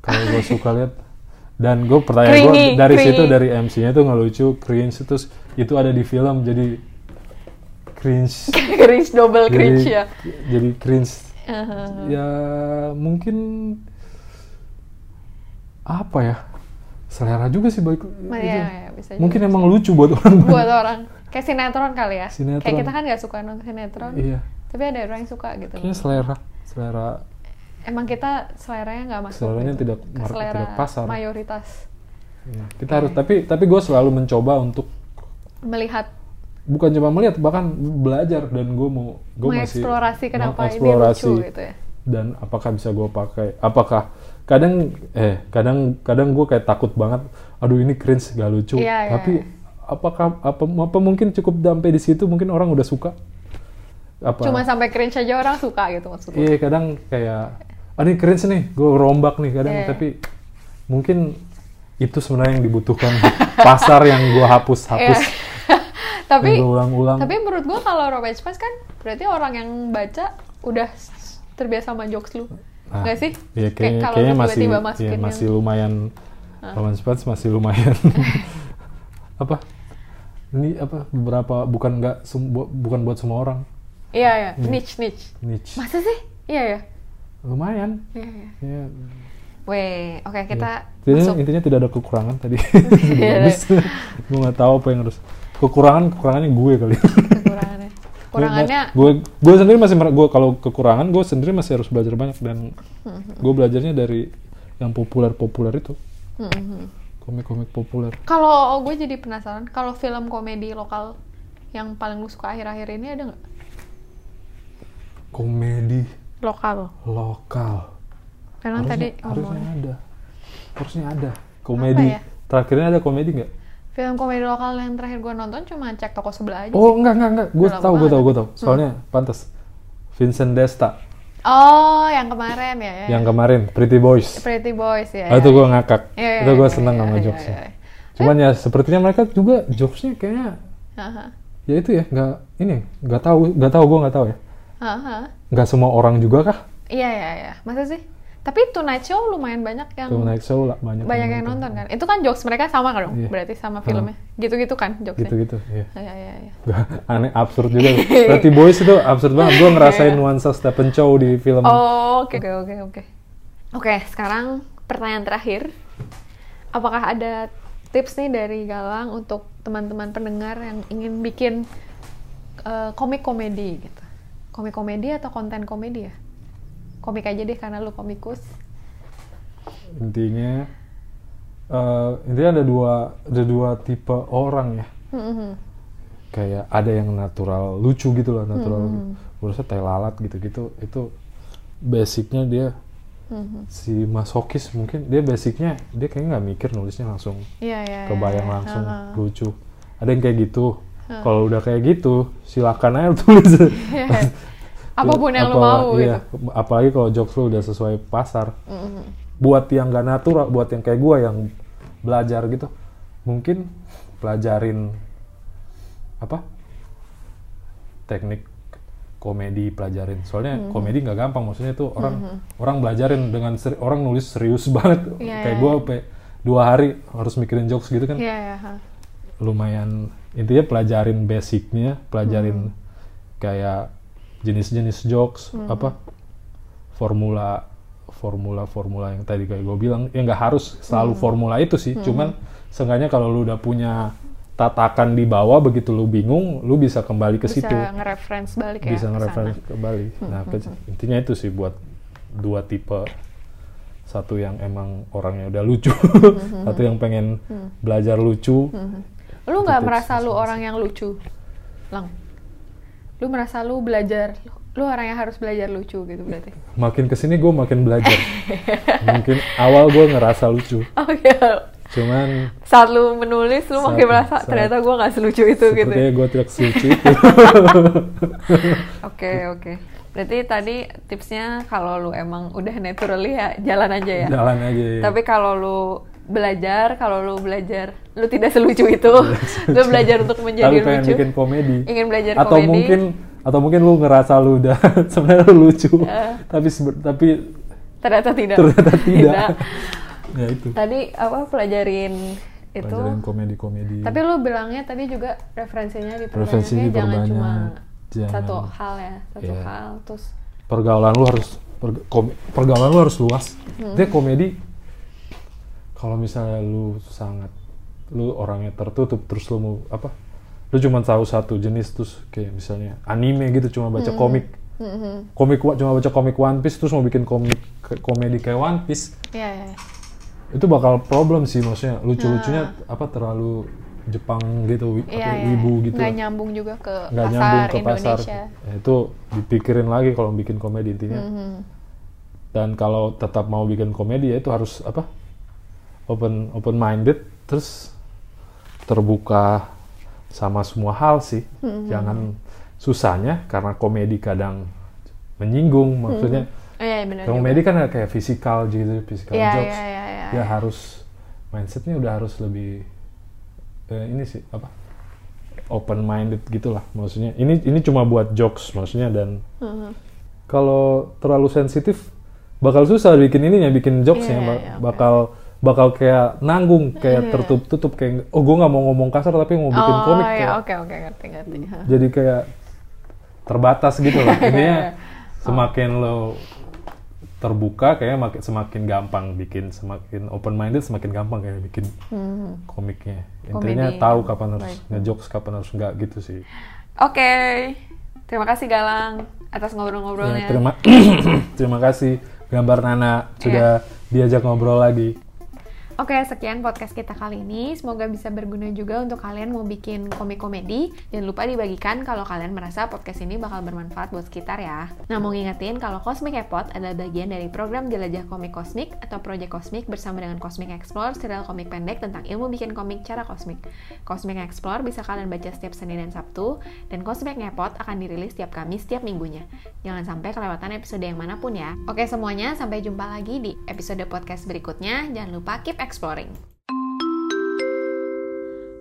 B: Kalau gue suka lihat dan gue pertanyaan gue
C: Cringy,
B: dari
C: cringy.
B: situ dari MC-nya tuh nggak lucu, cringe terus itu ada di film jadi cringe.
C: cringe double cringe ya.
B: Jadi cringe
C: Uh-huh.
B: ya mungkin apa ya selera juga sih balik
C: Iya,
B: itu.
C: iya, bisa juga.
B: mungkin emang lucu buat orang
C: buat orang kayak sinetron kali ya. Kayak
B: Sinetron.
C: kita kan nggak suka nonton sinetron.
B: iya
C: Tapi ada orang yang suka gitu.
B: kayaknya selera selera
C: Emang kita seleranya nggak masuk.
B: Seleranya
C: gitu.
B: tidak
C: Ke
B: mar-
C: selera
B: tidak pasar.
C: Mayoritas
B: ya, kita harus tapi tapi gue selalu mencoba untuk
C: melihat
B: bukan cuma melihat bahkan belajar dan gue mau gue masih
C: mengeksplorasi kenapa ini
B: mengeksplorasi.
C: lucu gitu ya.
B: dan apakah bisa gue pakai apakah kadang eh kadang kadang gue kayak takut banget aduh ini cringe gak lucu
C: Iya, iya,
B: tapi
C: iya.
B: apakah apa, apa mungkin cukup sampai di situ mungkin orang udah suka apa
C: Cuma sampai cringe aja orang suka gitu maksudnya.
B: iya kadang kayak ah ini cringe nih gue rombak nih kadang
C: Iya.
B: tapi mungkin itu sebenarnya yang dibutuhkan pasar yang gue hapus hapus
C: Iya. tapi
B: yang gue ulang-ulang
C: tapi menurut gua kalau Robert Spice kan berarti orang yang baca udah s- terbiasa sama jokes lu.
B: Ah,
C: Nggak sih?
B: Iya,
C: Kayak
B: kayaknya,
C: kalau
B: kayaknya
C: lu
B: masih,
C: tiba-tiba
B: iya,
C: masukin
B: masih
C: yang- Ah.
B: lumayan, Roman Spats masih lumayan. apa? Ini apa? Beberapa bukan nggak sem- bu- bukan buat semua orang.
C: Iya, iya,
B: Hmm.
C: niche niche.
B: Niche.
C: Masa sih? Iya, ya.
B: Lumayan.
C: Iya, iya.
B: Ya,
C: Weh, oke kita
B: Jadi
C: masuk. Iya.
B: intinya tidak ada kekurangan tadi. Udah habis. gue nggak tahu apa yang harus kekurangan kekurangannya gue kali.
C: kekurangannya.
B: Iya,
C: Kekurangannya
B: gue gue sendiri masih mer- gue kalau kekurangan gue sendiri masih harus belajar banyak dan
C: Mm-hmm.
B: gue belajarnya dari yang populer-populer itu
C: Mhm.
B: komik-komik populer.
C: kalau gue jadi penasaran, kalau film komedi lokal yang paling lu suka akhir-akhir ini ada nggak?
B: komedi
C: Lokal.
B: lokal.
C: Karena tadi
B: Harusnya, harusnya
C: ngomong
B: ada. Harusnya ada. Komedi.
C: ya?
B: Terakhirnya ada komedi nggak?
C: film komedi lokal yang terakhir gue nonton cuma cek toko sebelah aja.
B: Oh, enggak, enggak, enggak. Gue
C: Udah lama
B: tahu, gue
C: banget. Mm.
B: tahu, gue tahu. Soalnya pantas. Vincent Desta
C: Oh, yang kemarin ya. ya.
B: yang kemarin Pretty Boys.
C: Pretty Boys ya.
B: Ah,
C: ya.
B: itu gue ngakak.
C: Iya, iya,
B: itu gue
C: iya,
B: seneng
C: iya,
B: sama ya.
C: iya,
B: jokesnya.
C: iya, iya.
B: Cuman ya sepertinya mereka juga jokesnya kayaknya
C: Haha.
B: ya itu ya nggak ini nggak tahu nggak tahu gue nggak tahu ya
C: Haha.
B: nggak semua orang juga kah
C: Iya, iya, iya. Masa sih? Tapi Tonight Show lumayan banyak yang
B: tuh naik show lah banyak
C: banyak yang nonton kan. Itu kan jokes mereka sama kan dong?
B: Iya.
C: Berarti sama filmnya. Gitu-gitu kan jokesnya.
B: gitu gitu ya
C: Iya, iya, iya.
B: Gak, aneh absurd juga berarti boys itu absurd banget gue ngerasain nuansa Stephen Chow di film
C: Iya. Oh, Oke, oke, oke, oke. Oke, sekarang pertanyaan terakhir. Apakah ada tips nih dari Galang untuk teman-teman pendengar yang ingin bikin eh, komik komedi gitu? Komik komedi atau konten komedi ya? Komik aja deh karena lu komikus.
B: intinya eh, intinya ada dua ada dua tipe orang ya
C: Hmm,
B: kayak ada yang natural lucu gitu lah natural gue rasa tai lalat gitu gitu itu basicnya dia si masokis mungkin dia basicnya dia kayaknya nggak mikir nulisnya langsung
C: Iya, iya. iya,
B: kebayang
C: iya.
B: langsung
C: Heeh.
B: lucu ada yang kayak gitu kalau udah kayak gitu silakan aja tulis
C: Apapun yang lu
B: Apa-
C: mau
B: iya.
C: gitu.
B: apalagi kalau jokes lu udah sesuai pasar buat yang gak natural buat yang kayak gua yang belajar gitu mungkin pelajarin apa teknik komedi pelajarin soalnya komedi nggak gampang maksudnya itu orang orang belajarin dengan seri- orang nulis serius banget
C: Iya,
B: kayak
C: iya,
B: gua sampai dua hari harus mikirin jokes gitu kan
C: Iya, iya. ha.
B: lumayan intinya pelajarin basicnya pelajarin
C: Hmm.
B: kayak jenis-jenis jokes apa formula formula formula yang tadi kayak gue bilang ya nggak harus
C: Hmm.
B: selalu formula itu sih cuman seenggaknya kalau lu udah punya tatakan di bawah begitu lu bingung lu bisa kembali ke
C: Bisa
B: situ
C: nge-reference balik ya.
B: bisa
C: ke sana. Hmm,
B: ngereferensi kembali nah ke- intinya itu sih buat dua tipe satu yang emang orangnya udah lucu
C: Hmm,
B: satu yang pengen belajar lucu
C: lu nggak
B: tips
C: merasa lu orang yang lucu lang lu merasa lu belajar lu orang yang harus belajar lucu gitu berarti
B: makin kesini gue makin belajar mungkin awal gue ngerasa lucu
C: oh iya
B: Cuman
C: saat lu menulis lu
B: Saat-
C: makin merasa
B: saat-
C: ternyata gue nggak selucu itu gitu
B: sepertinya gue tidak selucu itu.
C: oke oke berarti tadi tipsnya kalau lu emang udah naturally ya jalan aja ya
B: Jalan aja. ya.
C: tapi kalau lu belajar kalau lu belajar lu tidak selucu itu lu belajar untuk menjadi
B: Tapi pengen
C: lucu
B: bikin komedi.
C: ingin belajar
B: atau
C: komedi
B: mungkin atau mungkin lu ngerasa lu udah sebenarnya lu lucu
C: Iya.
B: tapi sebe- tapi
C: ternyata tidak
B: ternyata tidak ya itu
C: tadi apa pelajarin itu
B: pelajaran komedi komedi
C: tapi lu bilangnya tadi juga referensinya di
B: Hmm. Referensi
C: jangan
B: diperbanyak.
C: cuma
B: Jangan.
C: satu hal ya satu
B: Iya.
C: hal terus
B: pergaulan lu harus per- kom- pergaulan lu harus luas
C: Hmm.
B: dia komedi kalau misalnya lu sangat lu orangnya tertutup terus lu mau apa lu cuma tahu satu jenis terus kayak misalnya anime gitu cuma
C: Hmm.
B: baca komik komik wa- cuma baca komik One Piece terus mau bikin komik komedi kayak One Piece
C: Iya, iya.
B: itu bakal problem sih maksudnya lucu-lucunya apa terlalu Jepang gitu wi-
C: Nah. Iya,
B: apa,
C: iya.
B: wibu gitu
C: Nggak nyambung juga ke
B: nggak
C: pasar
B: nyambung ke pasar
C: Indonesia.
B: Ya, itu dipikirin lagi kalau bikin komedi intinya
C: Mm-hmm.
B: dan kalau tetap mau bikin komedi ya itu harus apa open open minded terus terbuka sama semua hal sih
C: Mm-hmm.
B: jangan susahnya karena komedi kadang menyinggung maksudnya
C: Oh, iya, iya, benar. juga.
B: komedi kan ada kayak fisikal gitu fisikal
C: Iya,
B: jokes
C: iya, iya, iya.
B: ya harus mindsetnya udah harus lebih eh, ini sih apa open minded gitulah maksudnya ini ini cuma buat jokes maksudnya dan kalau terlalu sensitif bakal susah bikin ininya bikin jokesnya
C: Iya,
B: ba-
C: iya, oke. Iya.
B: bakal bakal kayak nanggung kayak tertutup tutup kayak oh gue nggak mau ngomong kasar tapi mau bikin
C: oh,
B: komik
C: iya,
B: kayak-
C: oke, oke, ngerti, ngerti. Hah.
B: jadi kayak terbatas gitu loh
C: Oh.
B: intinya semakin lo terbuka kayaknya makin semakin gampang bikin semakin open minded semakin gampang kayak bikin komiknya intinya
C: Hmm. Komedi.
B: tahu kapan harus
C: Baik.
B: ngejokes kapan harus nggak gitu sih
C: Oke. Terima kasih Galang atas
B: ya,
C: ngobrol-ngobrolnya.
B: terima terima kasih gambar Nana sudah
C: Iya.
B: diajak ngobrol lagi
C: Oke, sekian podcast kita kali ini. Semoga bisa berguna juga untuk kalian mau bikin komik-komedi. Jangan lupa dibagikan kalau kalian merasa podcast ini bakal bermanfaat buat sekitar ya. Nah, mau ngingetin kalau Cosmic Epot adalah bagian dari program Jelajah Komik Kosmik atau Project Kosmik bersama dengan Cosmic Explore, serial komik pendek tentang ilmu bikin komik cara kosmik. Cosmic Explore bisa kalian baca setiap Senin dan Sabtu, dan Cosmic Ngepot akan dirilis setiap Kamis setiap minggunya. Jangan sampai kelewatan episode yang manapun ya. Oke semuanya, sampai jumpa lagi di episode podcast berikutnya. Jangan lupa keep exploring.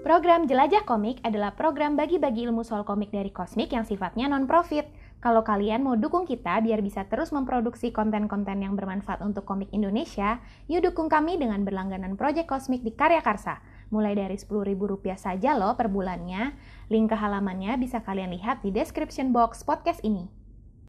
D: Program Jelajah Komik adalah program bagi-bagi ilmu soal komik dari Kosmik yang sifatnya non-profit. Kalau kalian mau dukung kita biar bisa terus memproduksi konten-konten yang bermanfaat untuk komik Indonesia, yuk dukung kami dengan berlangganan Project Kosmik di Karya Karsa. Mulai dari Rp10.000 saja loh per bulannya. Link ke halamannya bisa kalian lihat di description box podcast ini.